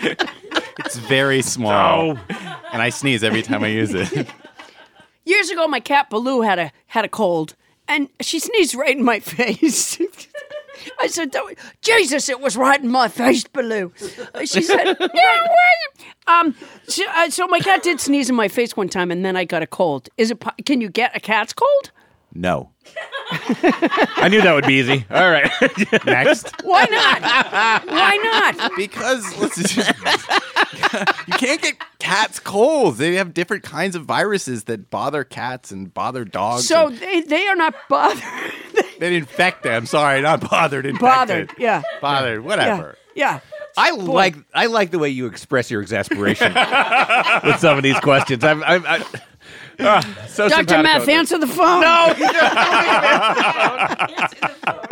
H: It's very small, and I sneeze every time I use it.
B: Years ago, my cat Baloo had a had a cold, and she sneezed right in my face. I said, "Don't- "Jesus, it was right in my face, Baloo." Uh, She said, "Yeah, wait." Um, so, uh, so my cat did sneeze in my face one time, and then I got a cold. Is it? po- Can you get a cat's cold?
H: No.
A: I knew that would be easy. All right. Next.
B: Why not? Why not?
H: Because listen, you can't get cats colds. They have different kinds of viruses that bother cats and bother dogs.
B: So
H: and-
B: they they are not bothered.
H: they infect them. Sorry, not bothered. Infected.
B: bothered, yeah,
H: Bothered.
B: yeah,
H: Whatever.
B: yeah.
A: I like I like the way you express your exasperation with some of these questions. I'm, I'm, I, Ah, so
B: Doctor
A: simpatico.
B: Meth, answer the phone. No,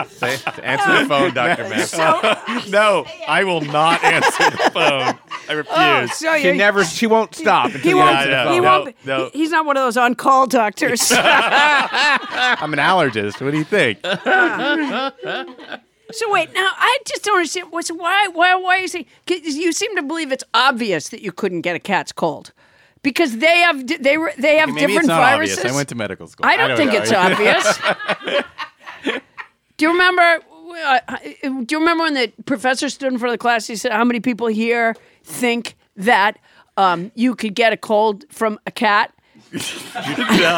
H: Say- answer
B: Ah.
H: the phone, Doctor Matt.
G: no, I will not answer the phone. I refuse.
B: oh, so
A: She
B: you
A: never. She won't stop. Until
B: He
A: you
B: won't.
A: answer the
B: he
A: phone.
B: won't. be-
G: no.
B: he- he's not one of those on-call doctors.
H: I'm an allergist. What do you think?
B: So wait, now I just don't understand. What's why? Why? Why is he? 'cause You seem to believe it's obvious that you couldn't get a cat's cold because they have di- they were they have
H: Maybe
B: different
H: it's not
B: viruses.
H: obvious. I went to medical school.
B: I don't, think it's obvious. do you remember? Uh, do you remember when the professor stood in front of the class? He said, "How many people here think that um, you could get a cold from a cat?"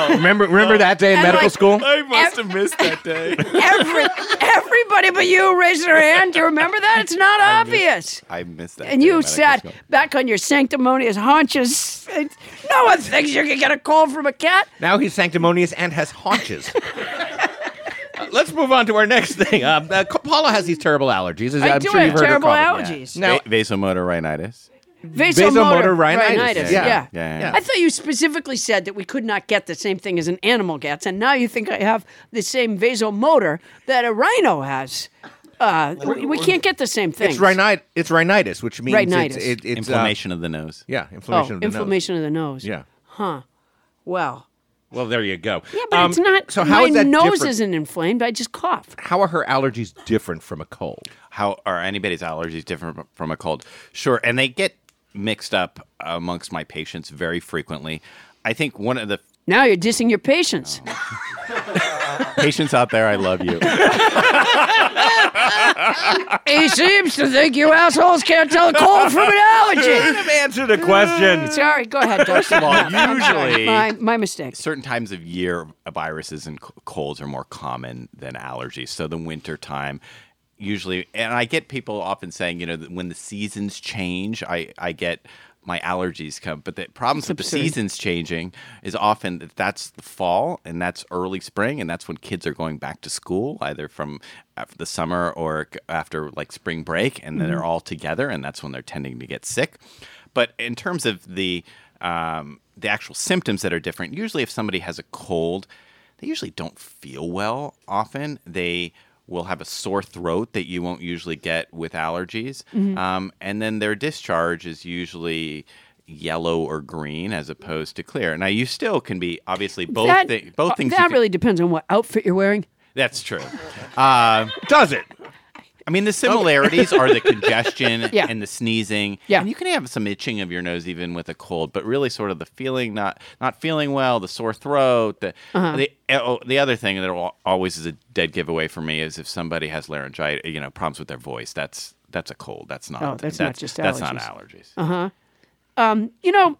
A: Remember, remember that day in
B: And
A: medical
B: like-
A: school?
G: I must have missed that day.
B: Every, everybody but you raised their hand. Do you remember that? It's not obvious.
H: I missed that.
B: and
H: day in
B: you
H: medical
B: sat
H: school.
B: back on your sanctimonious haunches. And No one thinks you can get a call from a cat.
A: Now he's sanctimonious and has haunches. Uh, Let's move on to our next thing. Um, uh, Paula has these terrible allergies. As
B: I
A: I'm
B: do
A: sure
B: have
A: you've heard her
B: terrible
A: comment.
B: allergies.
A: Yeah. Now, uh,
H: Va- vasomotor rhinitis.
B: Vasomotor,
A: Vasomotor rhinitis.
B: Yeah.
A: Yeah.
H: Yeah.
B: I thought you specifically said that we could not get the same thing as an animal gets, and now you think I have the same vasomotor that a rhino has. Uh, we, we can't get the same thing.
A: it's rhinitis. It's rhinitis, which means
B: Rhinitis.
A: it's, it, it's uh,
H: Inflammation of the nose.
A: yeah,
B: Oh,
A: inflammation. of the nose.
B: inflammation of the nose.
A: Yeah.
B: Huh. Wow.
A: Well, there you go.
B: Yeah, but it's not.
A: So how
B: my
A: is that
B: nose
A: different?
B: isn't inflamed. I just cough.
A: How are her allergies different from a cold?
H: how are anybody's allergies different from a cold? Sure, and they get mixed up amongst my patients very frequently. I think one of the
B: Now you're dissing your patients.
H: patients out there, I love you.
B: He seems to think you assholes can't tell a cold from an allergy.
A: Answer the question.
B: Sorry, go ahead, Dr.
H: Well,
B: Sorry,
H: usually
B: my, my mistake.
H: certain times of year, uh, viruses and c- colds are more common than allergies. So the winter time, usually, and I get people often saying, you know, that when the seasons change, I I get my allergies come. But the problems with the seasons changing is often that that's the fall and that's early spring and that's when kids are going back to school, either from after the summer or c- after like spring break, and then they're all together, and that's when they're tending to get sick. But in terms of the um, the actual symptoms that are different. Usually, if somebody has a cold, they usually don't feel well often. They will have a sore throat that you won't usually get with allergies.
B: Mm-hmm.
H: Um, and then their discharge is usually yellow or green as opposed to clear. Now, you still can be obviously both,
B: that,
H: thi- both
B: uh,
H: things. you
B: That
H: can-
B: really depends on what outfit you're wearing.
H: that's true.
A: Does it?
H: I mean, the similarities are the congestion
I: Yeah.
H: and the sneezing.
I: Yeah.
H: And you can have some itching of your nose even with a cold, but really sort of the feeling not not feeling well, the sore throat. The,
I: Uh-huh.
H: the, oh, the other thing that al- always is a dead giveaway for me is if somebody has laryngitis, you know, problems with their voice. That's that's a cold. That's not.
B: Oh,
I: No, that's not just
H: That's not
I: allergies.
H: allergies.
B: Uh huh. Um, you know,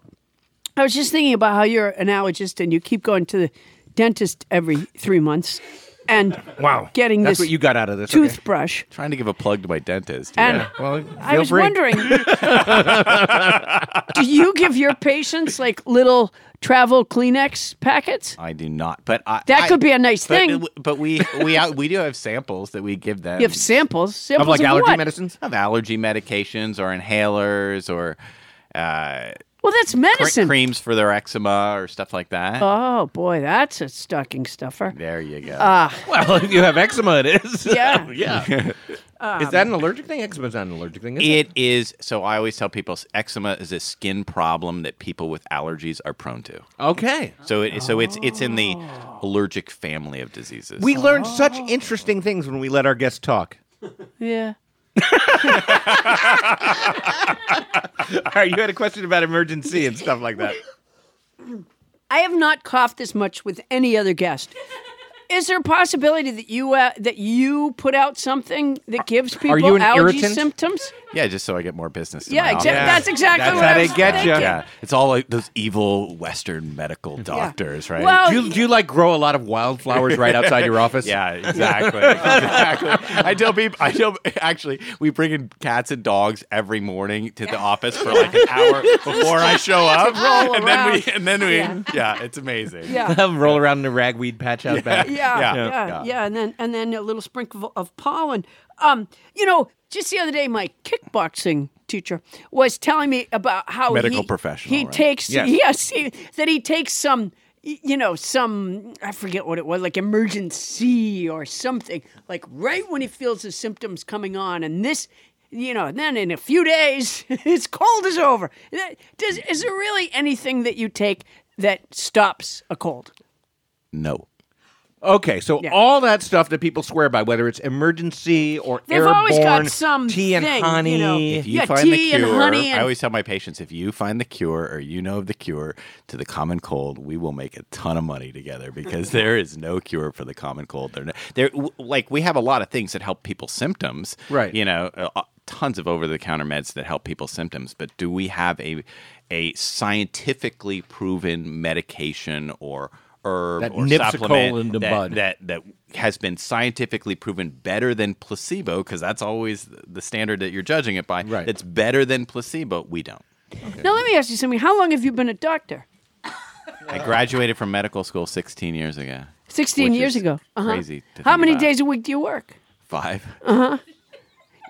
B: I was just thinking about how you're an allergist and you keep going to the dentist every three months, and
H: Wow.
B: getting
H: That's
B: this
H: what you got out of this. Okay.
B: toothbrush.
H: Trying to give a plug to my dentist.
B: And
H: yeah.
B: I was wondering, do you give your patients like little travel Kleenex packets?
H: I do not, but I,
B: That
H: I-
B: could be a nice
H: but-
B: thing.
H: But we we out, we do have samples that we give them.
B: You have samples, samples of what?
H: of allergy medications or inhalers or uh,
B: Well, that's
H: cre-
B: medicine.
H: creams for their eczema or stuff like that.
B: Oh boy, that's a stocking stuffer.
H: There you go.
B: Ah.
A: well, if you have eczema, it is.
B: Yeah.
A: yeah.
B: Um,
A: is that an allergic thing? Eczema's not an allergic thing. Is it?
H: It is so. I always tell people eczema is a skin problem that people with allergies are prone to.
A: Okay.
H: So it so it's it's in the
B: Oh.
H: allergic family of diseases.
A: We learned such interesting things when we let our guests talk.
B: Yeah.
A: All right, you had a question about emergency and stuff like that.
B: I have not coughed this much with any other guest. Is there a possibility that you uh, that you put out something that gives people
H: you an
B: allergy
H: irritant?
B: symptoms?
H: Yeah, just so I get more business. to
B: Yeah,
H: my
B: exa-
H: office.
B: that's exactly
H: That's
B: what
H: how
B: I
H: they
B: was
H: get you.
B: thinking.
H: Yeah, it's all like those evil Western medical doctors, right?
B: Well,
A: Do you, do you like grow a lot of wildflowers right outside your office?
H: Yeah, exactly. exactly. I tell people, I tell, actually, we bring in cats and dogs every morning to the office for like an hour before I show up.
B: roll
H: and then we,
B: around.
H: and then we,
B: Yeah.
H: yeah, it's amazing.
B: Yeah.
A: Have 'em roll around in a ragweed patch out back.
B: Yeah, yeah, yeah, and then and then a little sprinkle of pollen. Um, you know, just the other day, my kickboxing teacher was telling me about how
H: Medical
B: he,
H: professional,
B: He
H: right?
B: takes
H: Yes.
B: yes, he, that he takes some, y- you know, some I forget what it was, like emergency or something, like right when he feels the symptoms coming on, and this. You know, then in a few days, his cold is over. That- Does, is there really anything that you take that stops a cold?
H: No.
A: Okay, so all that stuff that people swear by, whether it's emergency or
B: They've
A: airborne,
B: always got some
A: tea and
B: thing, you
A: honey.
B: know.
H: If you
B: Yeah,
H: find the
B: tea and
H: cure,
B: honey and-
H: I always tell my patients if you find the cure or you know of the cure to the common cold, we will make a ton of money together because there is no cure for the common cold. There, no, there, w- like we have a lot of things that help people symptoms,
A: Right.
H: You know, uh, tons of over-the-counter meds that help people symptoms, but do we have a a scientifically proven medication or herb
A: That
H: or
A: nips a
H: supplement
A: cold in the
H: that,
A: bud.
H: that that has been scientifically proven better than placebo because that's always the standard that you're judging it by right. that's better than placebo we don't
B: Now let me ask you something. How long have you been a doctor?
H: i graduated from medical school 16 years ago
B: 16
H: which
B: years
H: is
B: ago. Uh-huh.
H: crazy to
B: How
H: think
B: many
H: about.
B: days a week do you work?
H: five
B: Uh-huh.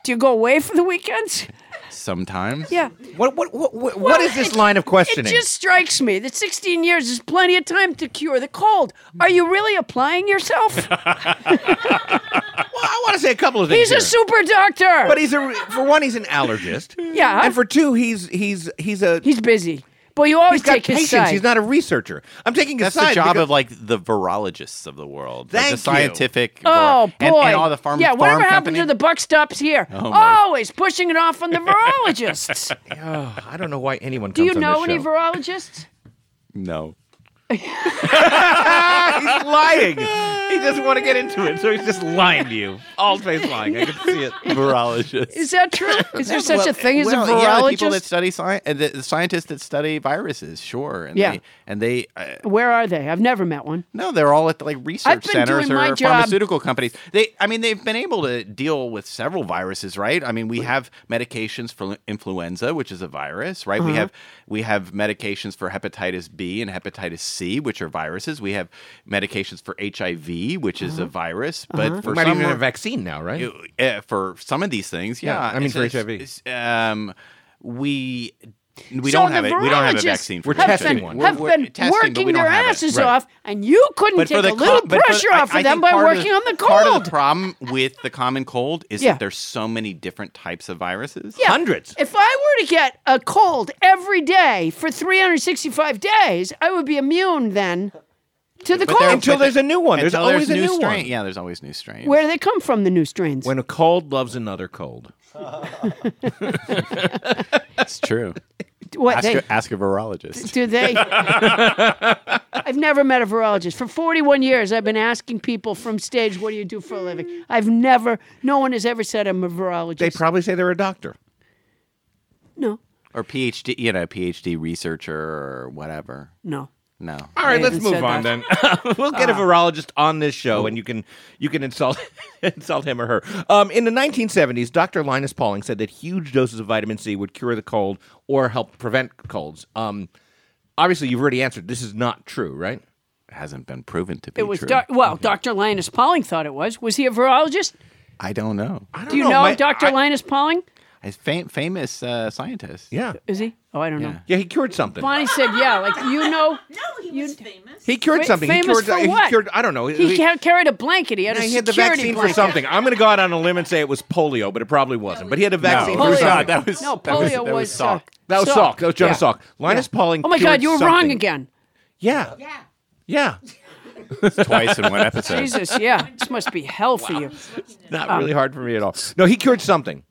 B: Do you go away for the weekends?
H: sometimes
B: Yeah.
A: What what what, what, what is this line of
B: It
A: questioning?
B: just strikes me that 16 years is plenty of time to cure the cold. Are you really applying yourself?
A: I want to say a couple of things.
B: He's a
A: here.
B: super doctor.
A: But he's a for one, he's an allergist.
B: Yeah.
A: and for two, he's he's he's a
B: he's busy. But you always
A: he's got
B: take his
A: patience.
B: side.
A: He's not a researcher. I'm taking his
H: that's
A: side
H: the job
A: because-
H: of like the virologists of the world, like
A: Thank you.
H: the scientific.
B: Oh
H: viro-
B: boy!
H: and, and all the farm.
B: Yeah, whatever
H: farm
B: happened
H: company-
B: to the buck stops here?
H: Oh, my.
B: Always pushing it off on the virologists.
A: Oh, I don't know why anyone.
B: Do you
A: comes on
B: know
A: this
B: any
A: show.
B: virologists?
H: No.
A: he's lying. He doesn't want to get into it, so he's just lying to you. All face lying. I can see it.
H: Virologists.
B: Is that true? Is there such
H: Well,
B: a thing as
H: well,
B: a virologist?
H: Yeah, the people that study science, the, the scientists that study viruses, sure. And
B: Yeah.
H: They, and they, uh,
B: Where are they? I've never met one.
H: no, they're all at like research
B: been
H: centers
B: doing my
H: or
B: job-
H: pharmaceutical companies. They, I mean, they've been able to deal with several viruses, right? I mean, we have medications for influenza, which is a virus, right? We
B: Uh-huh.
H: have we have medications for hepatitis B and hepatitis C, which are viruses. We have medications for HIV, which is a
B: Uh-huh.
H: virus, but
A: We
H: for
A: might
H: some
A: even have a
H: re-
A: vaccine now, right?
H: you- uh, for some of these things, yeah.
A: Yeah, I mean, for
H: It's-
A: HIV.
H: it's- Um, we we
B: So
H: don't
B: the
H: have it. We don't have a
B: virologists
H: vaccine. For
B: have
H: HIV.
B: been, Have
H: We're- we're
B: been
H: testing, but
B: working
H: we don't
B: their
H: have it.
B: asses
H: Right.
B: off, and you couldn't
H: But
B: take
H: for
B: a
H: the co-
B: little
H: but for the-
B: pressure off of
H: I- I
B: them
H: think
B: by
H: part of
B: working on the
H: Part of
B: cold.
H: the problem with the common cold is
B: Yeah.
H: that there's so many different types of viruses.
B: Yeah. If I were to get a cold every day for 365 days, I would be immune then To the
H: But there-
B: cold.
H: Until there's a new one. There's
B: Until
H: always
B: there's
H: a
B: new
H: new
B: strain.
H: one. Yeah, there's always new strain.
B: Where do they come from, the new strains?
H: When a cold loves another cold. it's true.
B: What,
H: ask,
B: they-
H: a, ask a virologist.
B: Do they? I've never met a virologist. For 41 years, I've been asking people from stage, what do you do for a living? I've never, no one has ever said I'm a virologist.
H: They probably say they're a doctor
B: No,
H: or PhD, you know, PhD researcher or whatever.
B: no.
H: No.
B: All right, They let's haven't move said on
H: then.
B: that.
H: we'll get a
B: Ah.
H: virologist on this show, and you can you can insult insult him or her. Um, in the 1970s, Dr. Linus Pauling said that huge doses of vitamin C would cure the cold or help prevent colds. Um, obviously, you've already answered. This is not true, right? It hasn't been proven to
B: It was, doc- well, Dr. Linus Pauling thought it was. Was he a virologist?
H: I don't know. I
B: Do you know, Dr. Linus Pauling?
H: He's fam- famous uh, scientist. Yeah.
B: Is he? Oh, I don't
H: know. Yeah, he cured something.
B: Bonnie said, yeah, like, you know. No,
I: Oh,
B: he was famous.
H: He cured something.
B: Famous
H: he cured, uh,
B: for
H: he
B: what?
H: cured. I don't know.
B: He, ca- carried a blanket. He had
H: Yeah,
B: a
H: he had the
B: security
H: vaccine
B: blanket.
H: for something. I'm going to go out on a limb and say it was polio, but it probably wasn't. But he had a vaccine
B: it
H: for
B: was
H: something.
B: not. Oh, That was- No, that was- polio that was was, Salk. uh,
H: That was
B: Salk.
H: Salk. That was Jonas
B: Yeah.
H: Salk. Linus Pauling.
B: Oh my
H: cured
B: God, you were wrong
H: something.
B: again.
H: Yeah. Yeah. Yeah. twice in one episode.
B: Jesus, yeah. This must be hell for you.
H: Not
B: Um,
H: really hard for me at all. No, he cured something.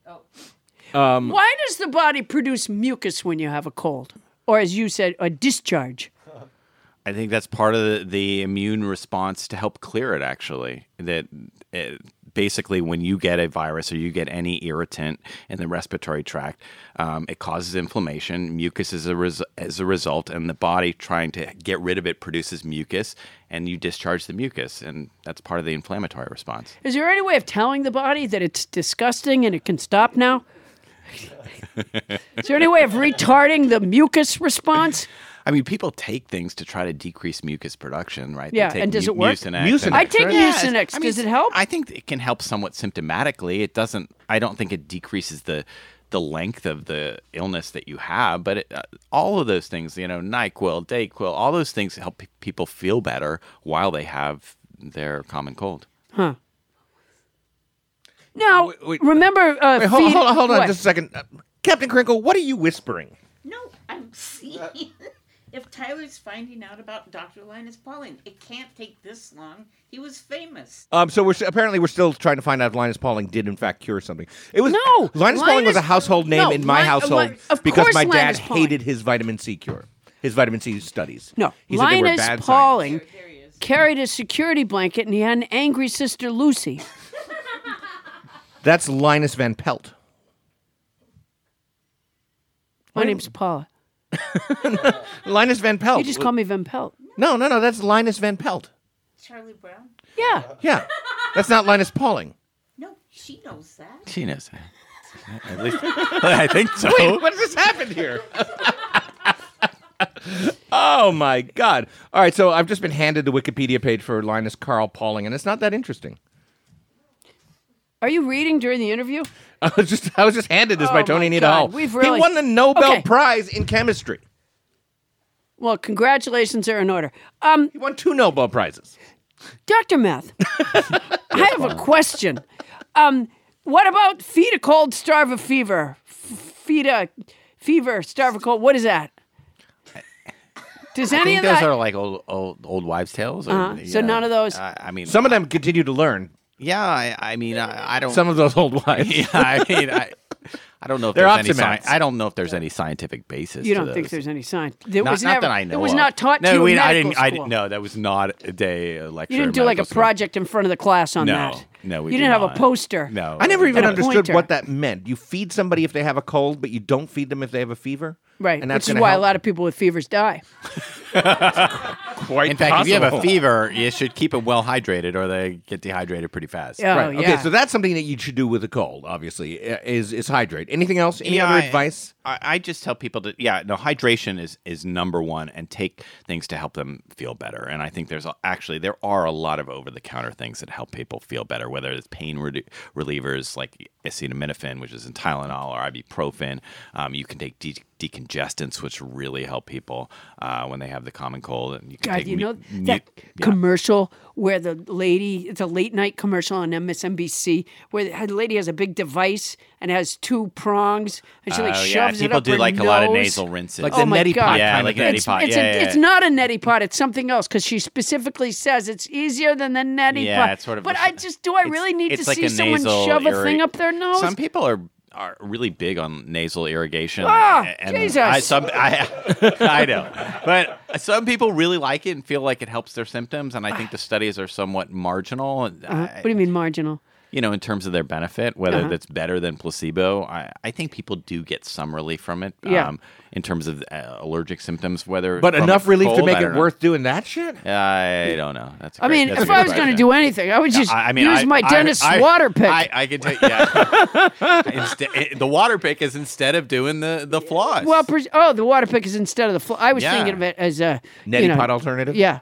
H: Um,
B: Why does the body produce mucus when you have a cold? Or as you said, a discharge?
H: I think that's part of the, the immune response to help clear it, actually. That it, basically, when you get a virus or you get any irritant in the respiratory tract, um, it causes inflammation. Mucus is a, res- is a result, and the body trying to get rid of it produces mucus, and you discharge the mucus. And that's part of the inflammatory response.
B: Is there any way of telling the body that it's disgusting and it can stop now? Is there any way of retarding the mucus response?
H: I mean, people take things to try to decrease mucus production, right? They
B: Yeah,
H: take
B: and does
H: mu-
B: it work?
H: Mucinex.
B: Mucinex, I take right? Mucinex. Does it help?
H: I think it can help somewhat symptomatically. It doesn't. I don't think it decreases the the length of the illness that you have, but it, uh, all of those things, you know, Nyquil, Dayquil, all those things help pe- people feel better while they have their common cold.
B: Huh. Now, remember. Uh,
H: Wait, hold,
B: feed-
H: hold on, hold on
B: what?
H: just a second. Uh, Captain Crinkle, what are you whispering?
I: No, I'm seeing if Tyler's finding out about Dr. Linus Pauling. It can't take this long. He was famous.
H: Um, so we're s- apparently we're still trying to find out if Linus Pauling did in fact cure something. It was
B: no
H: Linus, Pauling was a
B: Linus-
H: household name
B: no,
H: in my
B: Lin-
H: household
B: Lin- of
H: because
B: course
H: my dad
B: Linus Pauling.
H: hated his vitamin C cure, his vitamin C studies.
B: No,
H: he said they were
B: Linus
H: bad
B: Pauling carried a security blanket and he had an angry sister, Lucy.
H: science. That's Linus Van Pelt.
B: My name's Paula.
H: Linus Van Pelt.
B: You just call me Van Pelt.
H: No, no, no. That's Linus Van Pelt.
I: Charlie Brown?
B: Yeah.
H: Yeah, that's not Linus Pauling.
I: No, she knows that.
H: She knows. At least I think so.
I: Wait,
H: what has this happened here? Oh my God! All right, so I've just been handed the Wikipedia page for Linus Carl Pauling, and it's not that interesting.
B: Are you reading during the interview?
H: I was just I was just handed this
B: Oh
H: by Tony
B: my
H: Nita
B: God,
H: Hall.
B: we've really-
H: He won the Nobel
B: Okay.
H: Prize in chemistry.
B: Well, congratulations are in order. Um,
H: He won two Nobel Prizes.
B: Dr. Math, I have a question. Um, what about feed a cold, starve a fever? F- feed a fever, starve a cold. What is that? Does
H: I
B: any
H: think
B: of
H: those
B: that?
H: are like old old old wives' tales. Or,
B: Uh-huh.
H: you
B: So none of those-
H: I, I mean, some of them continue to learn. Yeah, I, I mean, I, I don't. Some of those old wives. yeah, I mean, I, I don't know if
B: They're
H: there's any.
B: optimats.
H: Sci- I don't know if there's any scientific basis.
B: you
H: to
B: don't think
H: those.
B: there's any sign? There
H: not,
B: was
H: not
B: never,
H: that I know.
B: It was
H: of.
B: not taught
H: no,
B: to you
H: we-
B: in
H: I
B: medical
H: didn't. I
B: school.
H: didn't. No, that was not a day uh, lecture.
B: you didn't
H: in
B: do like a
H: medical school.
B: project in front of the class on
H: no,
B: that.
H: No, we
B: you
H: did
B: didn't have
H: not.
B: a poster.
H: No,
B: I never even understood Pointer. what
H: that meant. You feed somebody if they have a cold, but you don't feed them if they have a fever.
B: Right, which is why a lot of people with fevers die.
H: In fact, if you have a
B: possible.
H: fever, you should keep them well hydrated, or they get dehydrated pretty fast.
B: Oh, Right. Okay, yeah. so
H: that's something that you should do with a cold. Obviously, is is hydrate. Anything else?
D: Any other
H: advice? I, I just tell people to yeah, no, hydration is is number one, and take things to help them feel better. And I think there's a- actually there are a lot of over the counter things that help people feel better, whether it's pain redu- relievers like acetaminophen, which is in Tylenol, or ibuprofen. Um, you can take. De- decongestants, which really help people uh, when they have the common cold. And you can
B: God,
H: take
B: you
H: mu-
B: know
H: mu-
B: that
H: yeah.
B: commercial where the lady, it's a late night commercial on MSNBC where the lady has a big device and has two prongs and she like
H: Oh,
B: shoves
H: yeah.
B: it
H: People
B: up
H: do,
B: her
H: like, a lot of
B: nose.
H: nasal rinses.
D: Like the
B: Oh my
D: neti pot
B: God.
H: Yeah, kind like of neti
B: it's,
H: pot.
B: It's,
H: Yeah,
B: a-
H: yeah,
B: it's
H: yeah.
B: not a neti pot. It's something else because she specifically says it's easier than the neti
H: Yeah,
B: pot.
H: it's sort of-
B: but I just, do I really need to
H: it's like
B: see
H: a
B: someone
H: nasal
B: shove a
H: irri-
B: thing up their nose?
H: Some people are are really big on nasal irrigation.
B: Ah,
H: and
B: Jesus.
H: I, some, I, I know, but some people really like it and feel like it helps their symptoms. And I think
B: Ah.
H: the studies are somewhat marginal.
B: Uh, what do you mean marginal?
H: you know, in terms of their benefit, whether
B: Uh-huh.
H: that's better than placebo, I, I think people do get some relief from it. um,
A: Yeah.
H: in terms of uh, allergic symptoms, whether
A: But
H: from
A: enough
H: a
A: relief to
H: cold,
A: make
H: I
A: it
H: don't know.
A: worth doing that shit.
H: I don't know. That's. a
B: I
H: great-
B: mean,
H: that's a
B: if
H: good
B: I was going to
H: question.
B: do anything, I would
H: Yeah,
B: just
H: I- I mean,
B: use
H: I-
B: my
H: I-
B: Dennis
H: I-
B: water pick.
H: I, I can take yeah. Instead, it- the water pick is instead of doing the the floss.
B: Well, pres- oh, the water pick is instead of the. Fl- I was
H: Yeah.
B: thinking of it as a
H: Neti
B: you know,
H: pot alternative?
B: Yeah.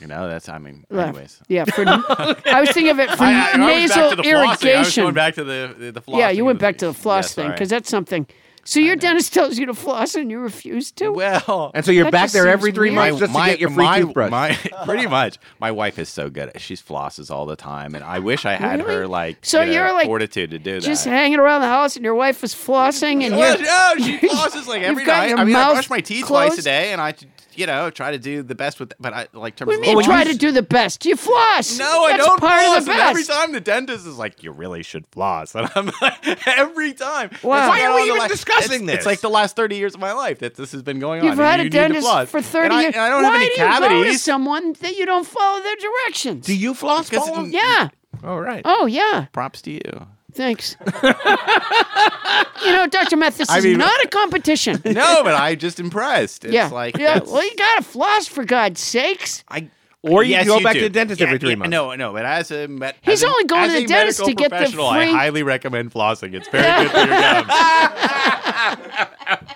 H: you know that's I mean
B: uh,
H: anyways.
B: Yeah. For, I was thinking of it for
H: I- I- I was
B: nasal
H: back to the flossing. I was
B: irrigation.
H: going back to the the, the floss.
B: yeah, you went back to the floss
H: yeah,
B: thing
H: sorry.
B: because that's something. So your dentist tells you to floss and you refuse to.
H: Well,
A: And so you're back there every three
H: My-
A: months just
H: my-
A: to get your free
H: my-
A: toothbrush.
H: my- pretty much. My wife is so good. at- She flosses all the time, and I wish I had her like
B: So
H: you know,
B: you're, like,
H: fortitude to do that.
B: Just hanging around the house and your wife was flossing and
H: Well,
B: you're.
H: no, Oh, she flosses like
B: You've
H: every
B: got
H: night.
B: your
H: I mean, I
B: mouth
H: brush my teeth
B: closed?
H: twice a day, and I, you know, try to do the best with. But I like terms.
B: What do
H: of
B: you mean?
H: Well,
B: Try
H: you-
B: to do the best. You floss.
H: No, I
B: That's
H: don't
B: part
H: floss.
B: of the
H: and
B: best.
H: Every time the dentist is like, "You really should floss," and I'm like, every time.
B: Wow.
H: It's
B: Why are
H: all
B: we
H: the
B: even
H: la-
B: discussing
H: it's- It's
B: this?
H: like the last 30 years of my life that this has been going on.
B: You've
H: and
B: had
H: you
B: a
H: need to floss.
B: dentist for
H: And
B: thirty
H: I-
B: years.
H: and I don't
B: Why
H: have any
B: do you go to
H: cavities.
B: someone that you don't follow their directions? Do
H: you floss?
B: Paul? Yeah.
H: All right.
B: Oh yeah.
H: Props to you.
B: Thanks. you know, Doctor Meth, this
H: I
B: is
H: mean-
B: not a competition.
H: No, but I'm just impressed. It's
B: yeah.
H: like
B: yeah.
H: that's-
B: Well, you gotta floss for God's sakes.
H: I.
A: Or you
H: Yes,
A: go back
H: do.
A: to the dentist
H: Yeah,
A: every three
H: yeah,
A: months.
H: No, no, but as a med-
B: He's
H: as a-
B: only going
H: as
B: to the
H: a
B: dentist to
H: medical
B: get the
H: professional, I
B: free-
H: highly recommend flossing. It's very good for your gums.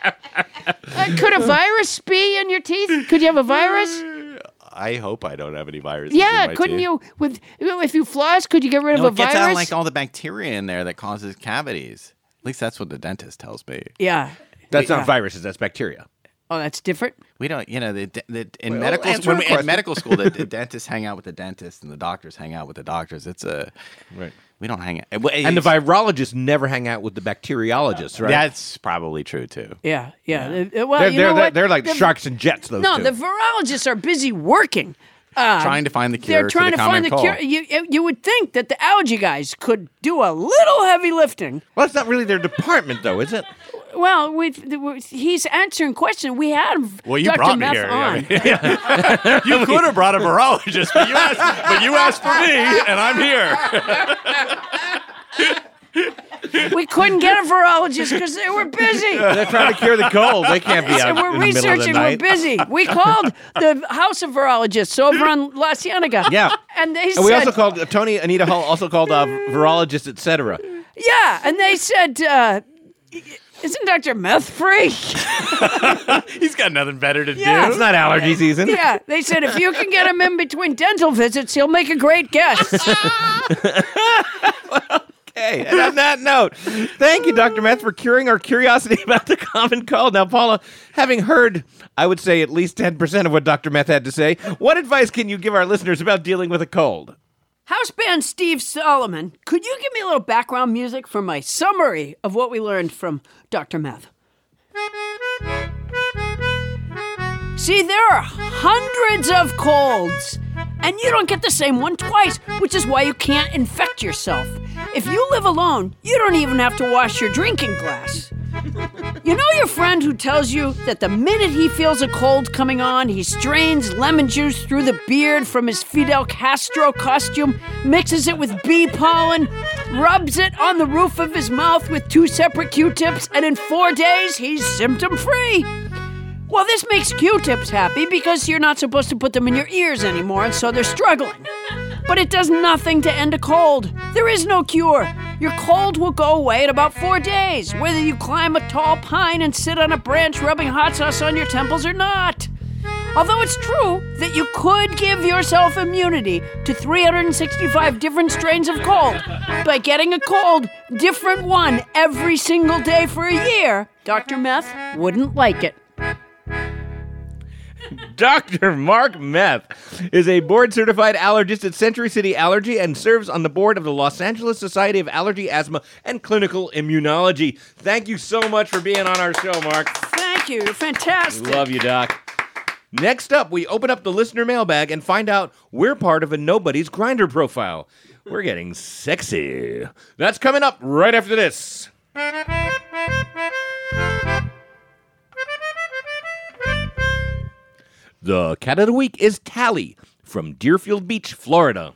B: Uh, could a virus be in your teeth? Could you have a virus?
H: I hope I don't have any viruses. in
B: Yeah.
H: my
B: Couldn't
H: teeth.
B: you with if you floss? Could you get rid
H: No,
B: of
H: it
B: a
H: gets
B: virus?
H: out like all the bacteria in there that causes cavities. At least that's what the dentist tells me.
B: yeah.
H: That's
B: yeah.
H: not viruses. That's bacteria.
B: Oh, that's different.
H: We don't, you know, the, de- the, in
B: Well,
H: medical
B: answer
H: when
B: the
H: we- in
B: question.
H: medical school, the, the dentists hang out with the dentists and the doctors hang out with the doctors. It's a right. We don't hang out. Well,
A: And the
H: it's-
A: virologists never hang out with the bacteriologists, right?
H: That's probably true too.
B: Yeah. Yeah. Uh, Well,
A: they're,
B: you
A: they're,
B: know
A: they're,
B: what?
A: they're like
B: The-
A: sharks and jets. Those
B: no,
A: two.
B: the virologists are busy working. Uh,
H: Trying to find the cure
B: They're
H: to
B: trying
H: the
B: to find
H: common
B: the
H: cold.
B: cure. You, you would think that the algae guys could do a little heavy lifting.
A: well, it's not really their department, though, is it?
B: Well, with, with he's answering questions. We had
H: Well, you
B: Dr.
H: brought me
B: Meth
H: here.
B: on.
H: I mean, you could have brought a virologist, but you asked, but you asked for me, and I'm here.
B: We couldn't get a virologist because they were busy.
A: They're trying to cure the cold. They can't be
B: So
A: out
B: we're
A: in the middle of the
B: researching.
A: night.
B: We're busy. We called the House of Virologists over on La Cienega.
A: Yeah.
B: and they
A: and we
B: said,
A: also called uh, Tony Anita Hall also called uh, virologists, etc.
B: yeah, and they said, uh, isn't Dr. Meth free?
H: He's got nothing better to
B: Yeah.
H: do.
B: It's not
A: allergy season.
B: Yeah, they said if you can get him in between dental visits, he'll make a great guest.
A: Hey, and on that note, thank you, Dr. Meth, for curing our curiosity about the common cold. Now, Paula, having heard, I would say, at least 10% of what Dr. Meth had to say, what advice can you give our listeners about dealing with a cold?
B: House band Steve Solomon, could you give me a little background music for my summary of what we learned from Dr. Meth? See, there are hundreds of colds, and you don't get the same one twice, which is why you can't infect yourself. If you live alone, you don't even have to wash your drinking glass. You know your friend who tells you that the minute he feels a cold coming on, he strains lemon juice through the beard from his Fidel Castro costume, mixes it with bee pollen, rubs it on the roof of his mouth with two separate Q tips, and in four days he's symptom free. Well, this makes Q tips happy because you're not supposed to put them in your ears anymore, and so they're struggling. But it does nothing to end a cold. There is no cure. Your cold will go away in about four days, whether you climb a tall pine and sit on a branch rubbing hot sauce on your temples or not. Although it's true that you could give yourself immunity to 365 different strains of cold by getting a cold, different one, every single day for a year, Dr. Meth wouldn't like it.
J: Dr. Mark Meth is a board certified allergist at Century City Allergy and serves on the board of the Los Angeles Society of Allergy, Asthma, and Clinical Immunology. Thank you so much for being on our show, Mark.
B: Thank you. You're fantastic.
J: We love you, Doc. Next up, we open up the listener mailbag and find out we're part of a nobody's grinder profile. We're getting sexy. That's coming up right after this. The cat of the week is Tally from Deerfield Beach, Florida.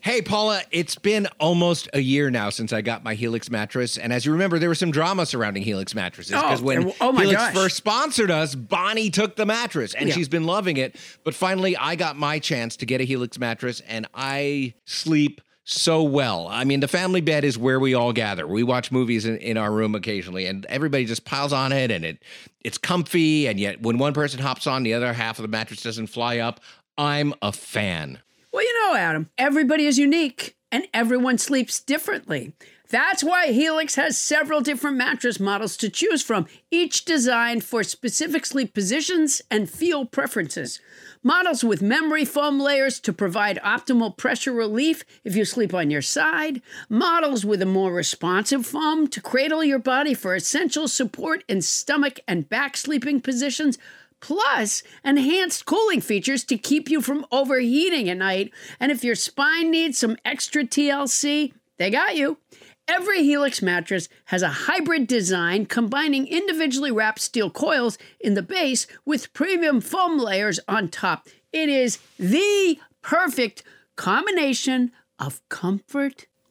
A: Hey, Paula, it's been almost a year now since I got my Helix mattress. And as you remember, there was some drama surrounding Helix mattresses because
B: Oh,
A: when
B: there- oh my
A: Helix
B: gosh.
A: first sponsored us, Bonnie took the mattress and
B: Yeah.
A: she's been loving it. But finally, I got my chance to get a Helix mattress and I sleep so well. I mean, the family bed is where we all gather. We watch movies in, in our room occasionally and everybody just piles on it and it it's comfy. And yet, when one person hops on, the other half of the mattress doesn't fly up. I'm a fan.
B: Well, you know, Adam, everybody is unique and everyone sleeps differently. That's why Helix has several different mattress models to choose from, each designed for specific sleep positions and feel preferences. Models with memory foam layers to provide optimal pressure relief if you sleep on your side, models with a more responsive foam to cradle your body for essential support in stomach and back sleeping positions plus enhanced cooling features to keep you from overheating at night. And if your spine needs some extra TLC, they got you. Every Helix mattress has a hybrid design combining individually wrapped steel coils in the base with premium foam layers on top. It is the perfect combination of comfort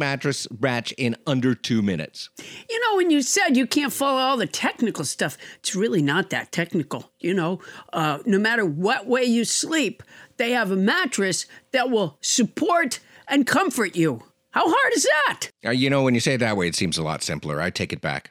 A: mattress match in under two minutes.
B: You know, when you said you can't follow all the technical stuff, it's really not that technical. You know, uh, no matter what way you sleep, they have a mattress that will support and comfort you. How hard is that?
A: Uh, you know, when you say it that way, it seems a lot simpler. I take it back.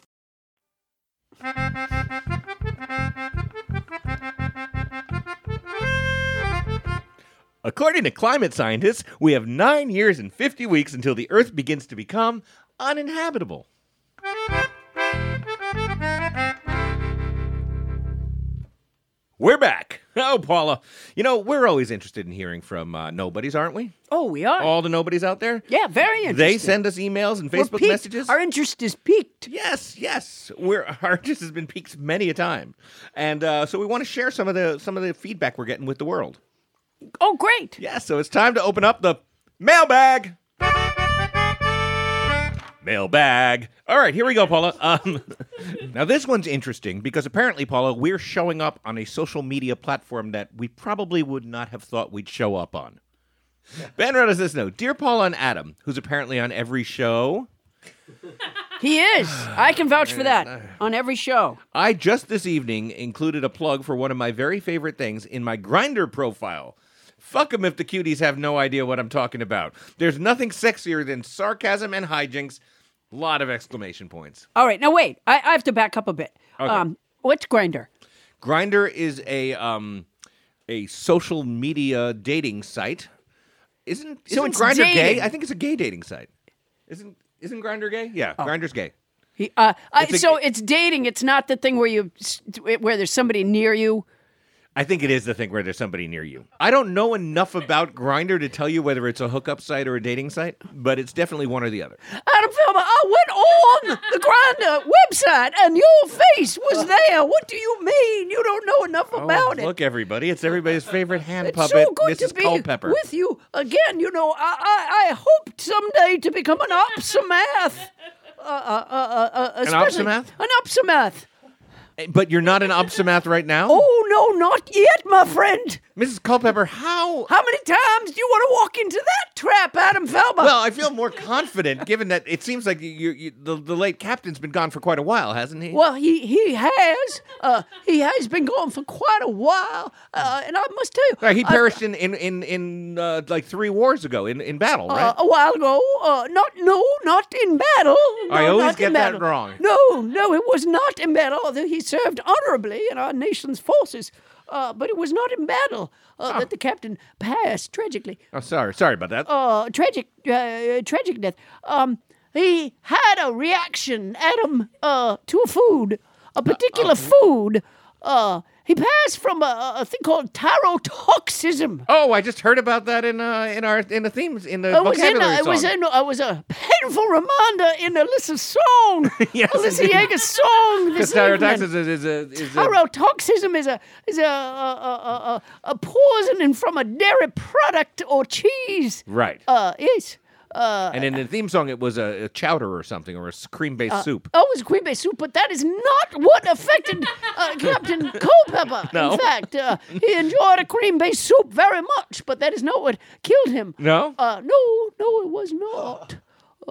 J: According to climate scientists, we have nine years and 50 weeks until the Earth begins to become uninhabitable. We're back.
A: Hello, Oh, Paula. You know, we're always interested in hearing from uh, nobodies, aren't we?
B: Oh, we are.
A: All the nobodies out there?
B: Yeah, very interesting.
A: They send us emails and
B: We're
A: Facebook
B: peaked.
A: messages.
B: Our interest is peaked.
A: Yes, yes. We're, our interest has been peaked many a time. And uh, so we want to share some of the some of the feedback we're getting with the world.
B: Oh, great.
A: Yeah, so it's time to open up the mailbag. Mailbag. All right, here we go, Paula. Um, now, this one's interesting because apparently, Paula, we're showing up on a social media platform that we probably would not have thought we'd show up on. Ben wrote us this note Dear Paula and Adam, who's apparently on every show,
B: He is. I can vouch for that on every show.
A: I just this evening included a plug for one of my very favorite things in my grinder profile. Fuck 'em if the cuties have no idea what I'm talking about. There's nothing sexier than sarcasm and hijinks. Lot of exclamation points.
B: All right, now wait. I, I have to back up a bit.
A: Okay.
B: Um, what's Grinder?
A: Grinder is a um a social media dating site. Isn't isn't
B: So it's
A: Grinder gay?
B: dating.
A: I think it's a gay dating site. Isn't isn't Grinder gay? Yeah,
B: Oh.
A: Grinder's gay.
B: He, uh, I,
A: It's a-
B: so it's dating. It's not the thing where you s- where there's somebody near you.
A: I think it is the thing where there's somebody near you. I don't know enough about Grinder to tell you whether it's a hookup site or a dating site, but it's definitely one or the other.
B: Adam Filmer, I went on the Grinder website and your face was there. What do you mean? You don't know enough about it.
A: Oh. Look, everybody, it's everybody's favorite hand
B: It's
A: puppet,
B: so good
A: Mrs.
B: to be
A: Culpepper.
B: with you again. You know, I, I, I hoped someday to become an opsomath. Uh, uh, uh, uh, uh,
A: An
B: especially-
A: opsomath?
B: An opsomath.
A: Eh, But you're not an opsomath right now.
B: Oh no, not yet, my friend.
A: Mrs. Culpepper, how
B: how many times do you want to walk into that trap, Adam Felber?
A: Well, I feel more confident given that it seems like you, you, the, the late captain's been gone for quite a while, hasn't he?
B: Well, he he has uh, he has been gone for quite a while, uh, and I must tell you,
A: Right, he
B: I-
A: perished in in in, in uh, like three wars ago in, in battle, right?
B: uh, a while ago. Uh, not no, not in battle. No,
A: I always
B: not in
A: get that
B: battle.
A: wrong.
B: No, no, it was not in battle. Although he served honorably in our nation's forces, uh, but it was not in battle
A: Ah.
B: uh, that the captain passed tragically.
A: oh, sorry, sorry about that.
B: Uh, tragic, uh, tragic death. Um, he had a reaction, Adam, uh, to a food,
A: Uh,
B: a particular food. Uh, he passed from a, a thing called tarotoxism.
A: Oh, I just heard about that in uh, in our in the themes in the
B: Oh, It was in.
A: vocabulary
B: A, it was
A: song.
B: in. It was a painful reminder in Alyssa's song.
A: Yes,
B: Alyssa
A: indeed.
B: Yeager's song this
A: Because Tyrotaxis
B: evening.
A: is, uh, is a is a
B: Tyrotoxism is a is a a, a, a, a poisoning from a dairy product or cheese.
A: right.
B: Uh, yes. Uh,
A: and in the theme song, it was a, a chowder or something or a cream based
B: uh,
A: soup.
B: Oh, it was green bay soup, but that is not what affected uh, Captain Culpepper.
A: No.
B: In fact, uh, he enjoyed a cream bay soup very much, but that is not what killed him.
A: No?
B: Uh, no, no, it was not.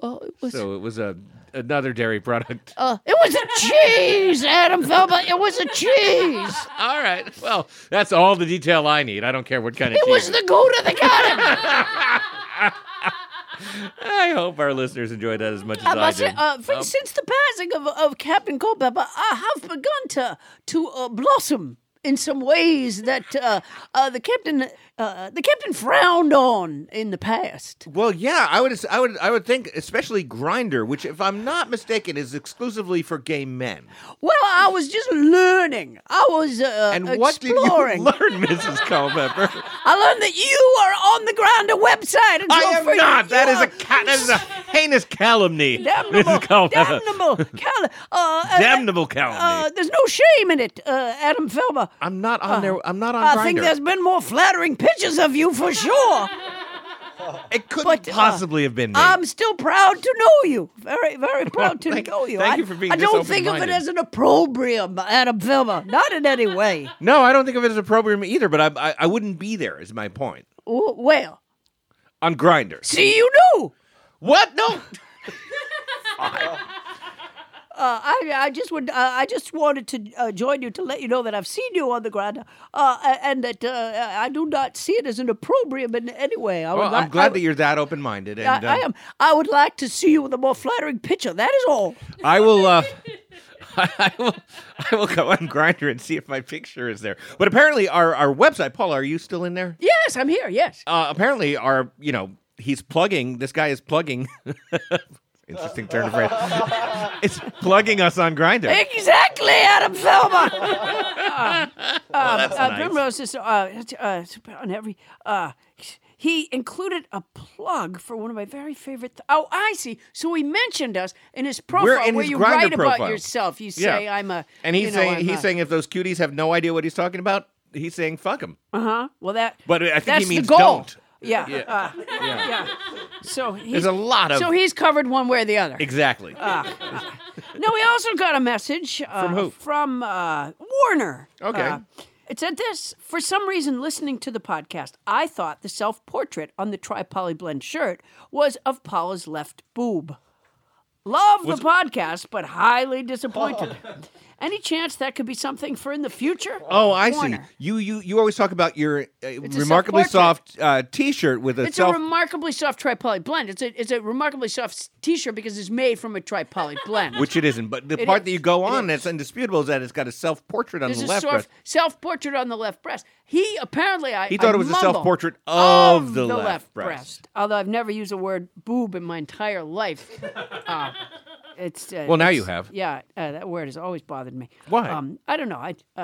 B: Uh, it was.
A: So it was a another dairy product.
B: Uh, it was a cheese, Adam Felber. It was a cheese.
A: All right. Well, that's all the detail I need. I don't care what kind of
B: It
A: cheese.
B: was the goat of the garden.
A: I hope our listeners enjoyed that as much as
B: I
A: I,
B: must
A: did.
B: say, uh,
A: Um,
B: since the passing of, of Captain Culpepper, I have begun to to uh, blossom in some ways that uh, uh, the captain uh, the captain frowned on in the past.
A: well, yeah, I would, I would, I would think, especially Grinder, which, if I'm not mistaken, is exclusively for gay men.
B: Well, I was just learning. I was uh,
A: And
B: exploring.
A: what did you learn, Mrs. Culpepper?
B: I learned that you are on the ground website. And
A: I
B: feel
A: am
B: free-
A: not. That
B: you
A: is
B: are
A: a ca- that is a heinous calumny,
B: Damnable,
A: Mrs. Culpepper.
B: damnable, cal- uh, uh,
A: Damnable calumny.
B: Uh, there's no shame in it, uh, Adam Felber. Uh,
A: I'm not on there. I'm not on.
B: I think
A: Grindr.
B: there's been more flattering pictures of you for sure.
A: It couldn't
B: uh, um,
A: possibly have been me.
B: I'm still proud to know you. Very, very proud to
A: thank-
B: know you.
A: thank
B: I,
A: you for being
B: I
A: this
B: don't think of it
A: open-minded.
B: as an opprobrium, Adam Felber. Not in any way.
A: no, I don't think of it as a program either. But I, I, I wouldn't be there. Is my point
B: W- Well,
A: on Grinder?
B: see, you knew.
A: What? No.
B: Uh, I, I just would uh, I just wanted to uh, join you to let you know that I've seen you on the ground uh, and that uh, I do not see it as an opprobrium in any way. I would
A: Well,
B: li-
A: I'm glad
B: I
A: that you're that open-minded.
B: would-
A: And,
B: I, I
A: uh,
B: am. I would like to see you with a more flattering picture. That is all.
A: I will. Uh, I will. I will go on Grinder and see if my picture is there. But apparently, our our website, Paula, are you still in there?
B: Yes, I'm here. Yes.
A: Uh, apparently, our you know he's plugging. This guy is plugging. Interesting turn of phrase. it's plugging us on Grinder.
K: Exactly, Adam Thelma. uh,
A: Well, that's
K: uh,
A: nice.
K: Primrose is uh, uh, on every. Uh, he included a plug for one of my very favorite. Th- oh, I see. So he mentioned us in his profile
A: We're in
K: where
A: his
K: you
A: Grindr
K: write
A: profile.
K: about yourself. You
A: Yeah.
K: say I'm a.
A: And he's
K: you know,
A: saying
K: I'm
A: he's
K: a-
A: saying if those cuties have no idea what he's talking about, he's saying fuck them.
K: Uh huh. Well, that.
A: But I think
K: that's
A: he means
K: the goal.
A: don't.
K: Yeah.
A: Yeah.
K: uh,
A: Yeah.
K: yeah. So he,
A: There's a lot of-
K: So he's covered one way or the other.
A: Exactly.
K: Ah. no, we also got a message uh,
A: From who?
K: from, uh, Warner.
A: Okay.
K: Uh, it said this For some reason, listening to the podcast, I thought the self portrait on the Tri Poly Blend shirt was of Paula's left boob. Love
A: Was-
K: the podcast, but highly disappointed. Any chance that could be something for in the future?
A: Oh, I
K: Warner.
A: see. You you you always talk about your uh,
K: a
A: remarkably
K: self-portrait.
A: soft uh, T-shirt with a
K: It's
A: self.
K: a remarkably soft tri poly blend. It's a, it's a remarkably soft t shirt because it's made from a tri poly blend.
A: which it isn't, but the
K: It
A: part
K: is.
A: that you go
K: It
A: on
K: is.
A: that's indisputable is that it's got a self-portrait on
K: There's
A: the
K: a
A: left.
K: self,
A: breast.
K: self-portrait on the left breast. He apparently, I
A: He thought
K: I
A: it was a
K: mumble
A: self-portrait of the left breast.
K: Although I've never used the word boob in my entire life. Uh, it's uh,
A: Well, now
K: it's-
A: you have.
K: Yeah, uh, that word has always bothered me.
A: Why?
K: Um, I don't know. I uh,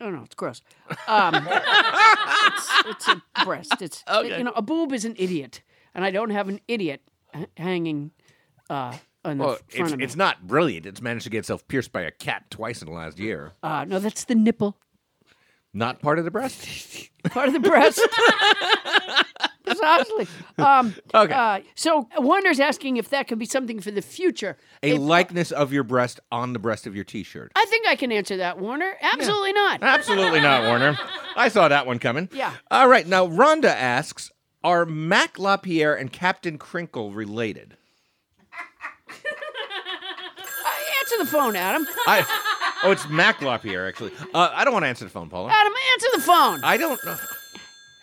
K: I don't know. It's gross. Um, it's, it's a breast. It's
A: Okay.
K: you know a boob is an idiot, and I don't have an idiot h- hanging uh, on
A: Well,
K: the front
A: Oh, it's,
K: of me.
A: it's not brilliant. It's managed to get itself pierced by a cat twice in the last year.
K: uh, no, that's the nipple.
A: Not part of the breast.
K: part of the breast. Precisely. Um,
A: Okay.
K: uh, so Warner's asking if that could be something for the future.
A: a
K: If-
A: likeness of your breast on the breast of your T-shirt.
K: I think I can answer that, Warner. Absolutely not. Uh,
A: Absolutely not, Warner. I saw that one coming.
K: Yeah.
A: All right. Now, Rhonda asks Are Mac LaPierre and Captain Crinkle related?
K: I- answer the phone, Adam.
A: I, oh, it's Mac LaPierre, actually. Uh, I don't want to answer the phone, Paula.
K: Adam, answer the phone.
A: I don't know.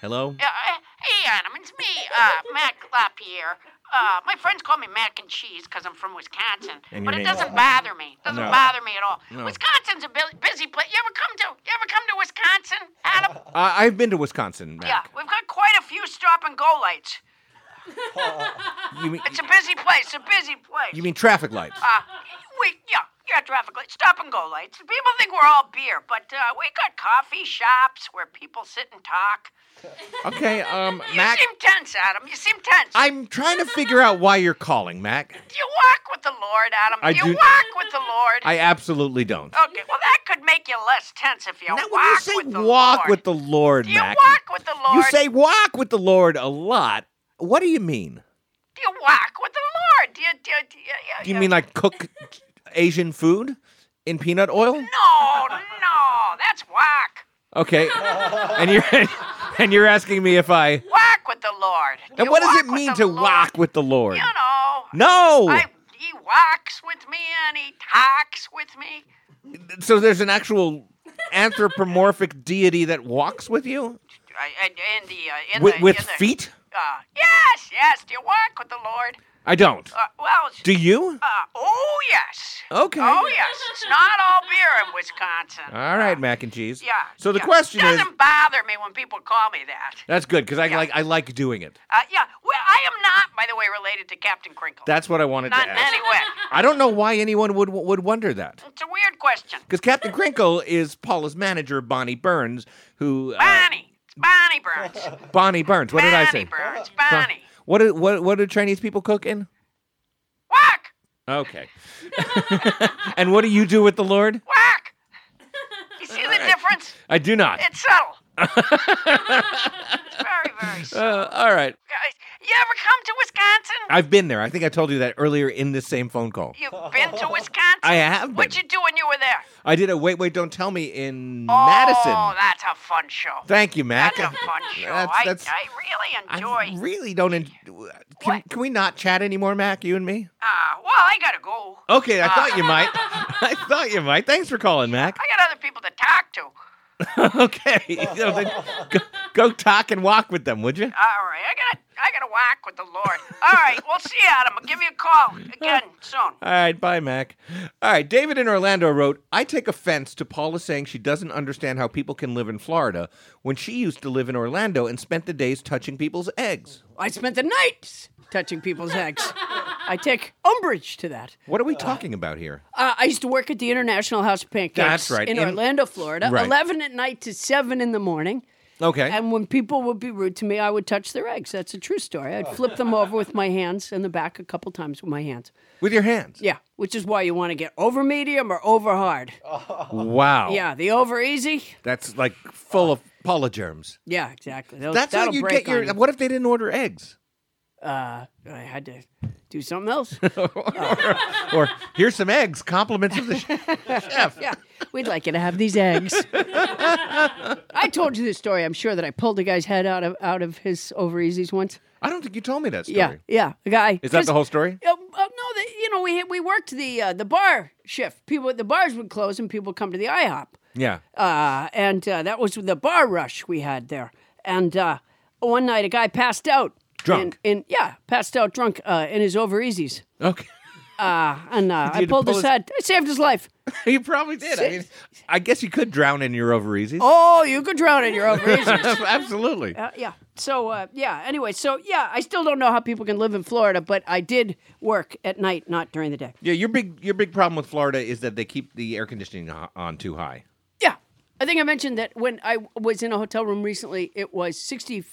A: Hello?
B: Yeah, uh, hey, Adam, it's me, uh, Mac Lapierre. Uh, my friends call me Mac and Cheese because I'm from Wisconsin,
A: And your
B: but it
A: name-
B: doesn't bother me. Doesn't
A: No.
B: bother me at all.
A: No.
B: Wisconsin's a bu- busy place. You ever come to? You ever come to Wisconsin, Adam?
A: I I've been to Wisconsin, Mac.
B: Yeah, we've got quite a few stop and go lights.
A: You mean-
B: it's a busy place. A busy place.
A: You mean traffic lights?
B: Uh, we yeah yeah traffic lights, stop and go lights. People think we're all beer, but uh, we got coffee shops where people sit and talk.
A: Okay, um,
B: You
A: Mac,
B: seem tense, Adam. You seem tense.
A: I'm trying to figure out why you're calling, Mac.
B: Do you walk with the Lord, Adam?
A: I
B: you
A: do-
B: walk with the Lord.
A: I absolutely don't.
B: Okay, well that could make you less tense if Oh, you
A: Now, when you
B: walk
A: say
B: with the
A: walk
B: Lord.
A: with the Lord,
B: Do you
A: Mac,
B: walk with the Lord?
A: you say walk with the Lord a lot. What do you mean?
B: Do you walk with the Lord? Do you do you, do you,
A: Do you mean like cook Asian food in peanut oil?
B: No, no, that's walk.
A: Okay. And you're and you're asking me if I
B: Walk with the Lord. Do
A: And
B: you
A: what does it
B: walk with
A: mean
B: the
A: to
B: Lord?
A: walk with the Lord?
B: You know.
A: No.
B: I, he walks with me and he talks with me.
A: So there's an actual anthropomorphic deity that walks with you?
B: I, I, in the uh, in
A: With-
B: the,
A: with
B: in the-
A: feet?
B: Uh, yes, yes. Do you walk with the Lord?
A: I don't.
B: Uh, well, it's-
A: Do you?
B: Uh, oh yes.
A: Okay.
B: Oh yes. It's not all beer in Wisconsin.
A: All right, mac and cheese.
B: Yeah.
A: So the
B: yeah.
A: question
B: doesn't
A: is
B: bother me when people call me that.
A: That's good cuz I like I like doing it.
B: Uh, yeah. Well, I am not, by the way, related to Captain Crinkle.
A: That's what I wanted
B: not
A: to
B: in
A: ask.
B: any way.
A: I don't know why anyone would would wonder that.
B: It's a weird question.
A: Cuz Captain Crinkle is Paula's manager Bonnie Burns who uh,
B: Bonnie. It's Bonnie Burns.
A: Bonnie Burns. What did I say?
B: Bonnie Burns.
A: Huh?
B: Bonnie.
A: What do what what do Chinese people cook in?
B: Walk.
A: Okay. and what do you do with the Lord?
B: Walk. You see the difference?
A: I do not.
B: It's subtle. it's very, very subtle.
A: Uh, all right.
B: Guys, you ever come to Wisconsin?
A: I've been there. I think I told you that earlier in this same phone call.
B: You've been to Wisconsin?
A: I have been.
B: What'd you do when you were there?
A: I did a wait wait don't tell me in
B: Oh,
A: Madison.
B: that's a fun show.
A: Thank you, Mac.
B: That's a fun show.
A: That's-
B: I,
A: that's-
B: I really enjoy.
A: Really don't en- can, can we not chat anymore, Mac, you and me?
B: Ah, well, I gotta go.
A: Okay, I
B: Uh,
A: thought you might. I thought you might. Thanks for calling, Mac.
B: I got other people to talk to.
A: okay. You know, then go, go talk and walk with them, would you?
B: All right, I gotta, I gotta whack with the Lord. All right, we'll see you, Adam. I'll give you a call again soon.
A: All right, bye, Mac. All right, David in Orlando wrote I take offense to Paula saying she doesn't understand how people can live in Florida when she used to live in Orlando and spent the days touching people's eggs.
K: I spent the night touching people's eggs. I
B: I take umbrage to that.
A: What are we talking about here?
B: Uh, I used to work at the International House of Pancakes
A: That's right,
B: in,
A: in-
B: Orlando, Florida,
A: Right.
B: 11 at night to 7 in the morning.
A: Okay.
B: And when people would be rude to me, I would touch their eggs. That's a true story. I'd flip them over with my hands and the back a couple times with my hands.
A: With your hands.
B: Yeah, which is why you want to get over medium or over hard.
A: Oh. Wow.
B: Yeah, the over easy.
A: That's like full of Paula germs.
B: Yeah, exactly. They'll-
A: That's how
B: that'll
A: you
B: break
A: get your.
B: on you.
A: What if they didn't order eggs?
B: Uh, I had to do something else.
A: Or here's some eggs, compliments of the chef.
B: yeah, we'd like you to have these eggs. I told you this story. I'm sure that I pulled a guy's head out of out of his over easies once.
A: I don't think you told me that story.
B: Yeah, yeah. A guy.
A: Is that the
B: 'cause-
A: whole story?
B: Uh, uh, no, the, you know we we worked the uh, the bar shift. People the bars would close and people would come to the IHOP.
A: Yeah.
B: Uh, and uh, that was the bar rush we had there. And uh, one night, a guy passed out.
A: Drunk.
B: In, in- yeah, passed out drunk uh, in his over easies.
A: Okay.
B: Uh, and uh,
A: Did
B: I
A: you
B: pulled
A: pull
B: his
A: his-
B: head. I saved his life.
A: you probably did. I mean, I guess you could drown in your ovaries.
B: Oh, you could drown in your over easies.
A: Absolutely.
B: Uh, yeah. So uh, yeah. Anyway, so yeah, I still don't know how people can live in Florida, but I did work at night, not during the day.
A: Yeah, your big your big problem with Florida is that they keep the air conditioning ho- on too high.
B: Yeah, I think I mentioned that when I was in a hotel room recently, it was sixty.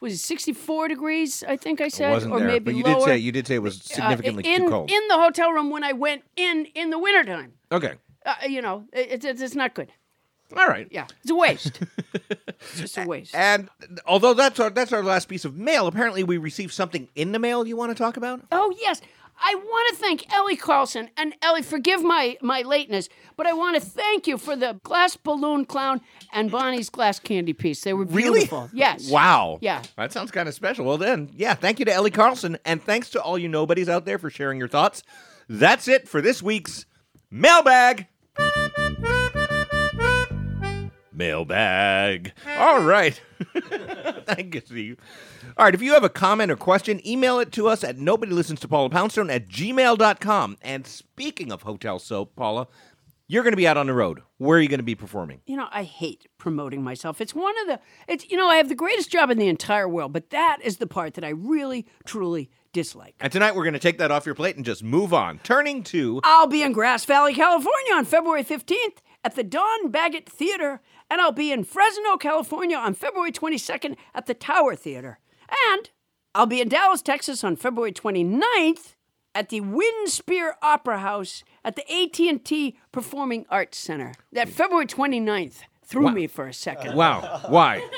B: Was it sixty-four degrees? I think I said,
A: wasn't
B: or
A: there,
B: maybe
A: but you
B: lower.
A: did say you did say it was
B: Uh,
A: significantly
B: in,
A: too cold.
B: in the hotel room when I went in in the wintertime.
A: okay.
B: Uh, you know, it, it's it's not good.
A: All right.
B: Yeah, it's a waste. it's just a waste.
A: And although that's our that's our last piece of mail, apparently we received something in the mail you want to talk about?
B: Oh yes, I want to thank Ellie Carlson and Ellie. Forgive my my lateness, but I want to thank you for the glass balloon clown and Bonnie's glass candy piece. They were beautiful. Yes.
A: Wow.
B: Yeah.
A: That sounds kind of special. Well then, yeah, thank you to Ellie Carlson and thanks to all you nobodies out there for sharing your thoughts. That's it for this week's mailbag. Mailbag. All right. Thank you, Steve. All right. If you have a comment or question, email it to us at nobody listens to Paula Poundstone at gmail.com. And speaking of hotel soap, Paula, you're going to be out on the road. Where are you going to be performing?
B: You know, I hate promoting myself. It's one of the it's you know, I have the greatest job in the entire world, but that is the part that I really truly dislike.
A: And tonight we're going to take that off your plate and just move on. Turning to
B: I'll be in Grass Valley, California on February 15th at the Don Baggett Theater, and I'll be in Fresno, California on February 22nd at the Tower Theater. And I'll be in Dallas, Texas on February 29th at the Windspear Opera House at the AT&T Performing Arts Center. That February 29th threw me for a second.
A: Wow. Why?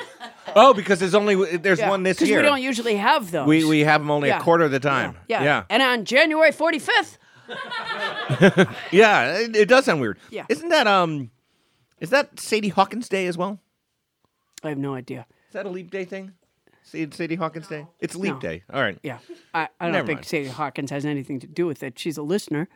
A: Oh, because there's only there's
B: Yeah,
A: one this
B: 'cause
A: year.
B: we don't usually have those.
A: We we have them only
B: Yeah.
A: a quarter of the time.
B: Yeah.
A: Yeah.
B: And on January 45th,
A: Yeah, it, it does sound weird.
B: Yeah.
A: Isn't that um is that Sadie Hawkins Day as well?
B: I have no idea.
A: Is that a leap day thing? Sadie, Sadie Hawkins Day? It's leap
B: No.
A: day. All right.
B: Yeah. I, I don't
A: Never
B: think
A: mind.
B: Sadie Hawkins has anything to do with it. She's a listener.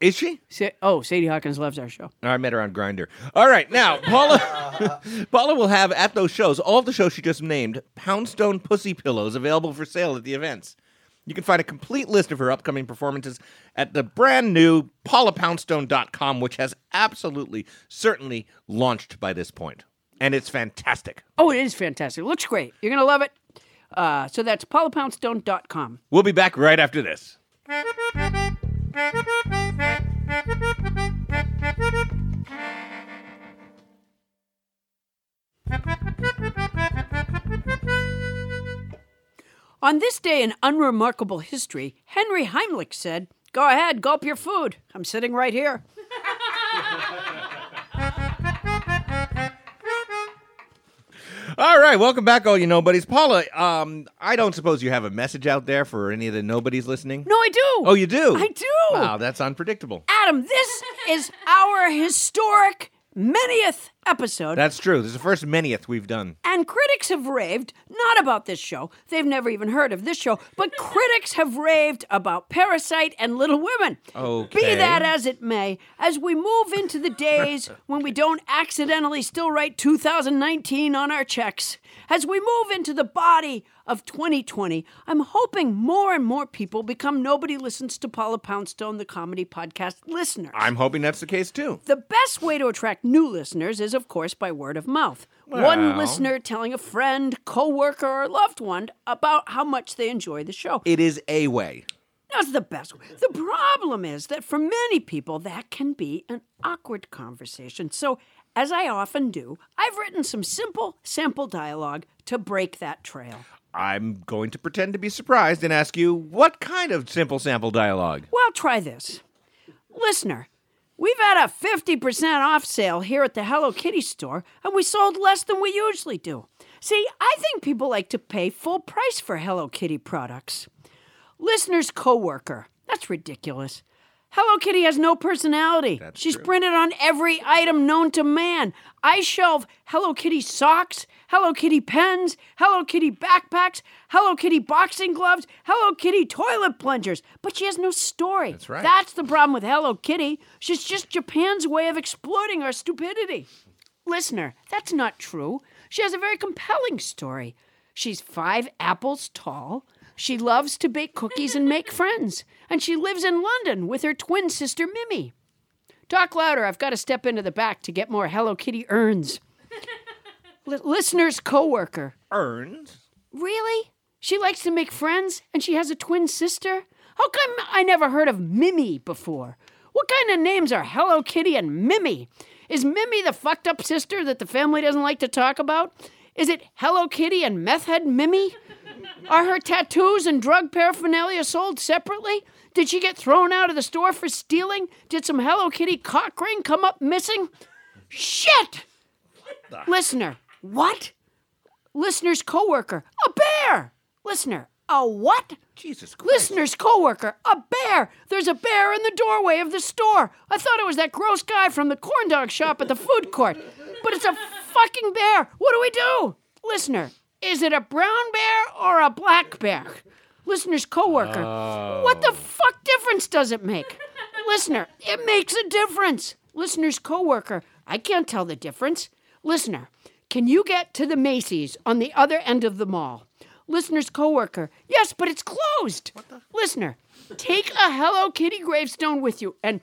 A: Is she?
B: Sa- oh, Sadie Hawkins loves our show.
A: Oh, I met her on Grinder. All right, now Paula, Paula will have at those shows all the shows she just named Poundstone Pussy Pillows available for sale at the events. You can find a complete list of her upcoming performances at the brand new paulapoundstone.com, which has absolutely certainly launched by this point, and it's fantastic.
B: Oh, it is fantastic. It looks great. You're going to love it. Uh, so that's paulapoundstone.com.
A: We'll be back right after this.
B: On this day in unremarkable history, Henry Heimlich said, Go ahead, gulp your food. I'm sitting right here.
A: All right, welcome back, all you nobodies. Paula, um, I don't suppose you have a message out there for any of the nobodies listening.
B: No, I do.
A: Oh, you do?
B: I do.
A: Wow, that's unpredictable.
B: Adam, this is our historic manyth episode.
A: That's true. This is the first manyth we've done.
B: And critics have raved not about this show, they've never even heard of this show, but critics have raved about Parasite and Little Women.
A: Okay.
B: Be that as it may, as we move into the days when we don't accidentally still write 2019 on our checks, as we move into the body of 2020, I'm hoping more and more people become Nobody Listens to Paula Poundstone, the comedy podcast listener.
A: I'm hoping that's the case too.
B: The best way to attract new listeners is, of course, by word of mouth. One
A: Well-
B: listener telling a friend, coworker, or loved one about how much they enjoy the show.
A: It is a way.
B: That's the best. The problem is that for many people, that can be an awkward conversation. So, as I often do, I've written some simple sample dialogue to break that trail.
A: I'm going to pretend to be surprised and ask you what kind of simple sample dialogue.
B: Well, try this. Listener, we've had a 50% off sale here at the Hello Kitty store, and we sold less than we usually do. See, I think people like to pay full price for Hello Kitty products. Listener's coworker. That's ridiculous. Hello Kitty has no personality. She's printed on every item known to man. I shelve Hello Kitty socks, Hello Kitty pens, Hello Kitty backpacks, Hello Kitty boxing gloves, Hello Kitty toilet plungers, but she has no story. That's
A: right.
B: That's the problem with Hello Kitty. She's just Japan's way of exploiting our stupidity. Listener, that's not true. She has a very compelling story. She's five apples tall. She loves to bake cookies and make friends. And she lives in London with her twin sister Mimi. Talk louder. I've got to step into the back to get more Hello Kitty urns. L- listener's coworker.
A: Earned?
B: Really? She likes to make friends and she has a twin sister? How come I never heard of Mimi before? What kind of names are Hello Kitty and Mimi? Is Mimi the fucked up sister that the family doesn't like to talk about? Is it Hello Kitty and Meth Head Mimi? Are her tattoos and drug paraphernalia sold separately? Did she get thrown out of the store for stealing? Did some Hello Kitty cock ring come up missing? Shit! Listener, what? Listener's coworker, a bear. Listener, a what?
A: Jesus
B: Christ. Listener's coworker, a bear. There's a bear in the doorway of the store. I thought it was that gross guy from the corn dog shop at the food court, but it's a fucking bear. What do we do? Listener, is it a brown bear or a black bear? Listener's coworker, what the fuck difference does it make? Listener, it makes a difference. Listener's coworker, I can't tell the difference. Listener, can you get to the Macy's on the other end of the mall? Listener's coworker, yes, but it's closed. Listener, take a Hello Kitty gravestone with you and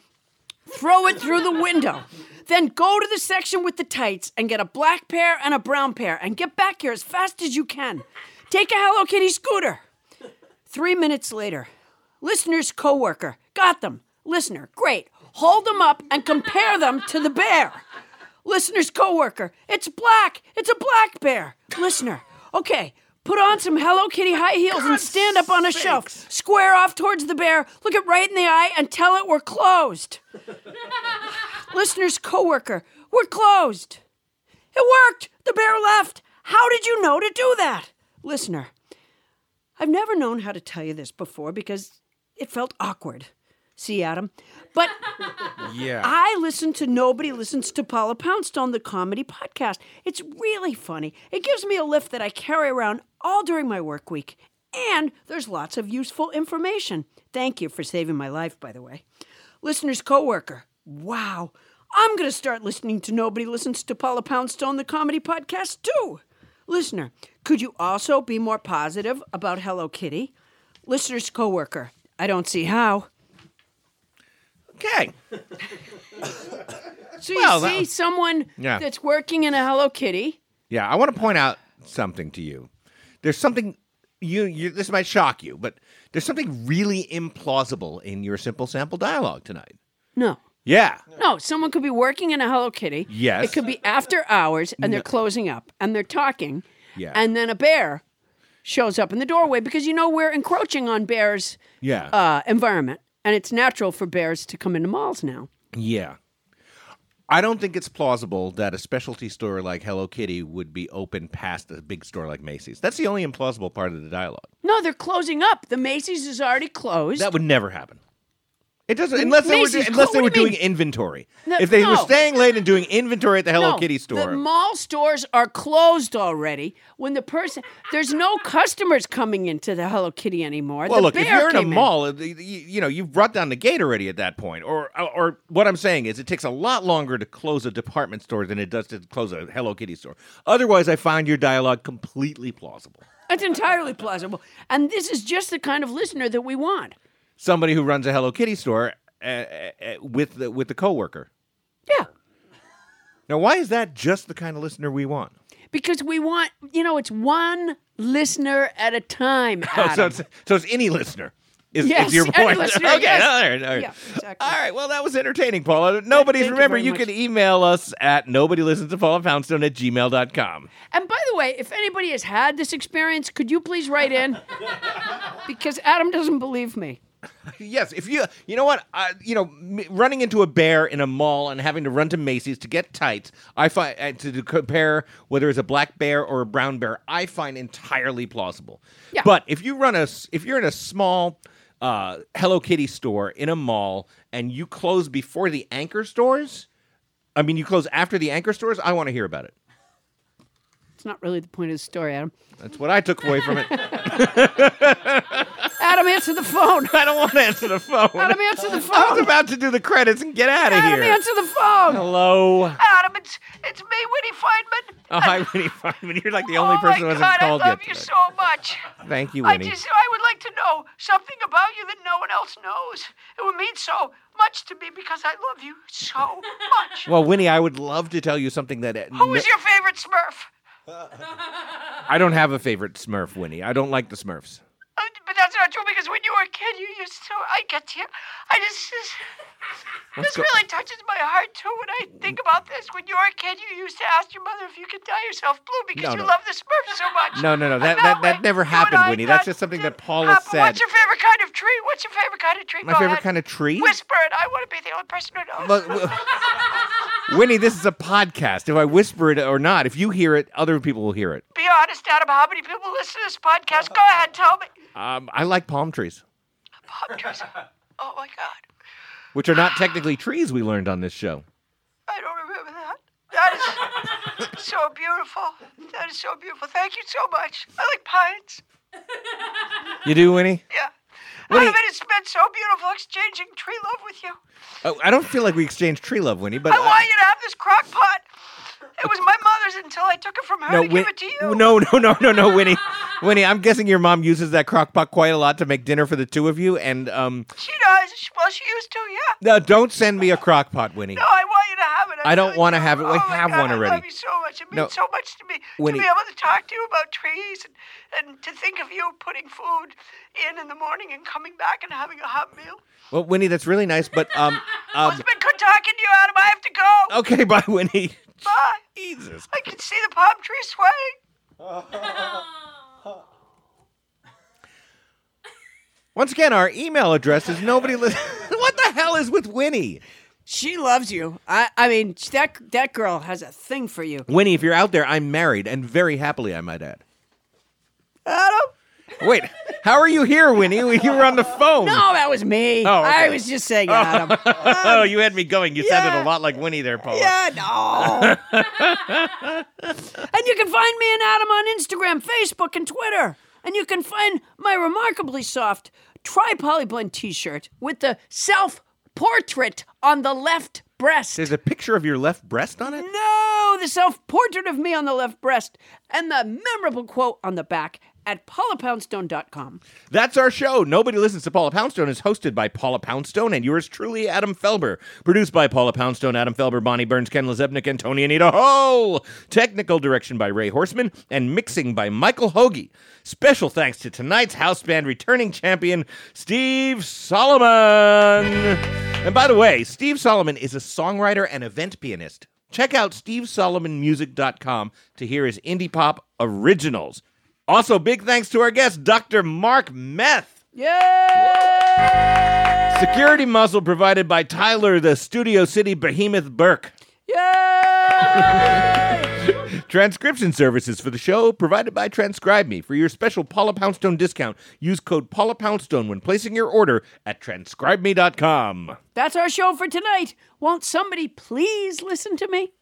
B: throw it through the window. Then go to the section with the tights and get a black pair and a brown pair and get back here as fast as you can. Take a Hello Kitty scooter. Three minutes later, listener's coworker got them. Listener, great. Hold them up and compare them to the bear. Listener's coworker, it's black. It's a black bear. Listener, okay. Put on some Hello Kitty high heels and stand up on a shelf. Square off towards the bear. Look it right in the eye and tell it we're closed. Listener's coworker, we're closed. It worked. The bear left. How did you know to do that? Listener, I've never known how to tell you this before because it felt awkward. See, Adam? But
A: Yeah.
B: I listen to Nobody Listens to Paula Poundstone, the comedy podcast. It's really funny. It gives me a lift that I carry around all during my work week. And there's lots of useful information. Thank you for saving my life, by the way. Listener's coworker. Wow. I'm going to start listening to Nobody Listens to Paula Poundstone, the comedy podcast, too. Listener, could you also be more positive about Hello Kitty? Listener's coworker. I don't see how.
A: Okay.
B: So you
A: Well,
B: see
A: that-
B: someone
A: Yeah.
B: that's working in a Hello Kitty.
A: Yeah, I want to point out something to you. There's something you, you this might shock you, but there's something really implausible in your simple sample dialogue tonight.
B: No.
A: Yeah.
B: No, someone could be working in a Hello Kitty.
A: Yes.
B: It could be after hours and they're
A: No.
B: closing up and they're talking.
A: Yeah.
B: And then a bear shows up in the doorway because you know we're encroaching on bears'
A: Yeah.
B: uh, environment. And it's natural for bears to come into malls now.
A: Yeah. I don't think it's plausible that a specialty store like Hello Kitty would be open past a big store like Macy's. That's the only implausible part of the dialogue.
B: No, they're closing up. The Macy's is already closed.
A: That would never happen. It doesn't
B: The
A: unless they were, do-
B: Macy's clo-
A: unless they were
B: what do you
A: doing
B: mean?
A: inventory.
B: No,
A: if they were
B: no.
A: staying late and doing inventory at the Hello
B: No,
A: Kitty store.
B: The mall stores are closed already. When the person there's no customers coming into the Hello Kitty anymore.
A: well,
B: The
A: look, if
B: bear
A: you're in a
B: came
A: mall, uh, you, you know you've brought down the gate already at that point. Or, uh, or what I'm saying is, it takes a lot longer to close a department store than it does to close a Hello Kitty store. Otherwise, I find your dialogue completely plausible.
B: That's entirely plausible. And this is just the kind of listener that we want.
A: Somebody who runs a Hello Kitty store uh, uh, uh, with the, with the coworker.
B: Yeah.
A: Now, why is that just the kind of listener we want?
B: Because we want, you know, it's one listener at a time.
A: Oh, so,
B: Adam.
A: it's, so it's any listener. Is,
L: Yes,
A: is your
L: and
A: point?
L: listener,
A: okay,
L: yes.
A: all right, all right.
L: Yeah,
A: All right, well, that was entertaining, Paula. Nobody's remember, you, can email us at nobody listens to Paula Poundstone at gmail.com.
L: And by the way, if anybody has had this experience, could you please write in? because Adam doesn't believe me.
A: Yes, if you you know what I, you know m- running into a bear in a mall and having to run to Macy's to get tights, I find uh, to, to compare whether it's a black bear or a brown bear, I find entirely plausible.
L: Yeah.
A: But if you run a s- if you're in a small uh, Hello Kitty store in a mall and you close before the anchor stores, I mean you close after the anchor stores, I want to hear about it.
L: It's not really the point of the story, Adam.
A: That's what I took away from it.
L: Adam, answer the phone.
A: I don't want to answer the phone.
L: Adam, answer the phone.
A: I was about to do the credits and get out of
L: Adam,
A: here.
L: answer the phone.
A: Hello.
C: Adam, it's it's me, Winnie Feynman.
A: Oh, hi, Winnie Feynman. You're like the only
C: oh
A: person who
C: my
A: hasn't
C: God,
A: called
C: I love
A: yet.
C: you
A: today.
C: so much.
A: Thank you,
C: I
A: Winnie.
C: just I would like to know something about you that no one else knows. It would mean so much to me because I love you so much.
A: Well, Winnie, I would love to tell you something that uh,
C: Who is
A: no-
C: your favorite Smurf?
A: I don't have a favorite Smurf, Winnie. I don't like the Smurfs.
C: Uh, But that's not true because when you were a kid, you used to. I get to. I just. This,
A: What's
C: this
A: go-
C: really touches my heart too when I think about this. When you were a kid, you used to ask your mother if you could dye yourself blue because
A: No, no.
C: you love the Smurfs so much.
A: No, no, no. That
C: And
A: that, that
C: way-
A: never
C: you and
A: happened,
C: I
A: Winnie. That's
C: got
A: just something that
C: Uh,
A: Paula
C: but
A: said.
C: What's your favorite kind of tree? What's your favorite kind of tree?
A: My
C: Go
A: favorite
C: ahead.
A: kind of tree?
C: Whisper it. I want to be the only person who knows.
A: Look, w- Winnie, this is a podcast. If I whisper it or not, if you hear it, other people will hear it.
C: be honest, Adam. How many people listen to this podcast? Go ahead, tell me.
A: Um, I like palm trees,
C: Pop trees. Oh my God.
A: which are not technically trees. We learned on this show.
C: I don't remember that. That is so beautiful. That is so beautiful. Thank you so much. I like pines.
A: You do, Winnie?
C: Yeah.
A: Winnie-
C: Adam, it has been so beautiful exchanging tree love with you.
A: Oh, I don't feel like we exchanged tree love, Winnie, but
C: Oh, I want you to have this crock pot. It was my mother's until I took it from her
A: No,
C: to
A: Win-
C: give it to you.
A: no, no, no, no, no, Winnie. Winnie, I'm guessing your mom uses that crock pot quite a lot to make dinner for the two of you. And um,
C: She does. She- Well, she used to, yeah.
A: no, don't send me a crock pot, Winnie.
C: No, I want you to have it. I'm
A: I don't
C: telling
A: want to
C: you.
A: have it. We
C: Oh my
A: have
C: God,
A: one
C: I
A: already.
C: love you so much. It means
A: No.
C: so much to me
A: Winnie-
C: to be able to talk to you about trees and, and to think of you putting food in in the morning and coming back and having a hot meal.
A: Well, Winnie, that's really nice, but um,
C: Well,
A: um
C: it's been good talking to you, Adam. I have to go.
A: okay, bye, Winnie.
C: Bye.
A: Jesus.
C: I can see the palm tree swaying.
A: Once again, our email address is nobody. Li- what the hell is with Winnie?
B: She loves you. I, I mean, that that girl has a thing for you.
A: Winnie, if you're out there, I'm married and very happily, I might add.
B: Adam?
A: Wait, how are you here, Winnie? You were on the phone.
B: No, that was me.
A: Oh, okay.
B: I was just saying Adam.
A: Oh, you had me going. You sounded
B: yeah.
A: a lot like Winnie there, Paula.
B: Yeah, no. and you can find me and Adam on Instagram, Facebook, and Twitter. And you can find my remarkably soft tri polyblend t shirt with the self portrait on the left breast.
A: There's a picture of your left breast on it?
B: No, the self portrait of me on the left breast and the memorable quote on the back at paulapoundstone.com.
A: That's our show. Nobody listens to Paula Poundstone is hosted by Paula Poundstone and yours truly, Adam Felber. Produced by Paula Poundstone, Adam Felber, Bonnie Burns, Ken Lezebnik, and Tony Anita Hall. Technical direction by Ray Horseman and mixing by Michael Hoagie. Special thanks to tonight's house band returning champion, Steve Solomon. And by the way, Steve Solomon is a songwriter and event pianist. Check out stevesolomonmusic.com to hear his indie pop originals. Also, big thanks to our guest, Dr. Mark Meth. Yay! Security muzzle provided by Tyler, the Studio City behemoth Burke. Yay! Transcription services for the show provided by Transcribe Me. For your special Paula Poundstone discount, use code Paula Poundstone when placing your order at transcribeme.com.
B: That's our show for tonight. Won't somebody please listen to me?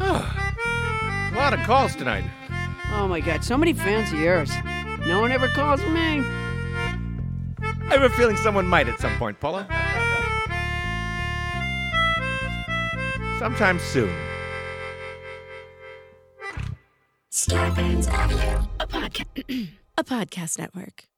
A: A lot of calls tonight.
B: Oh my God, so many fans of yours. No one ever calls me.
A: I have a feeling someone might at some point, Paula. Sometime soon.
M: Star Bands Audio, a, podca- a podcast network.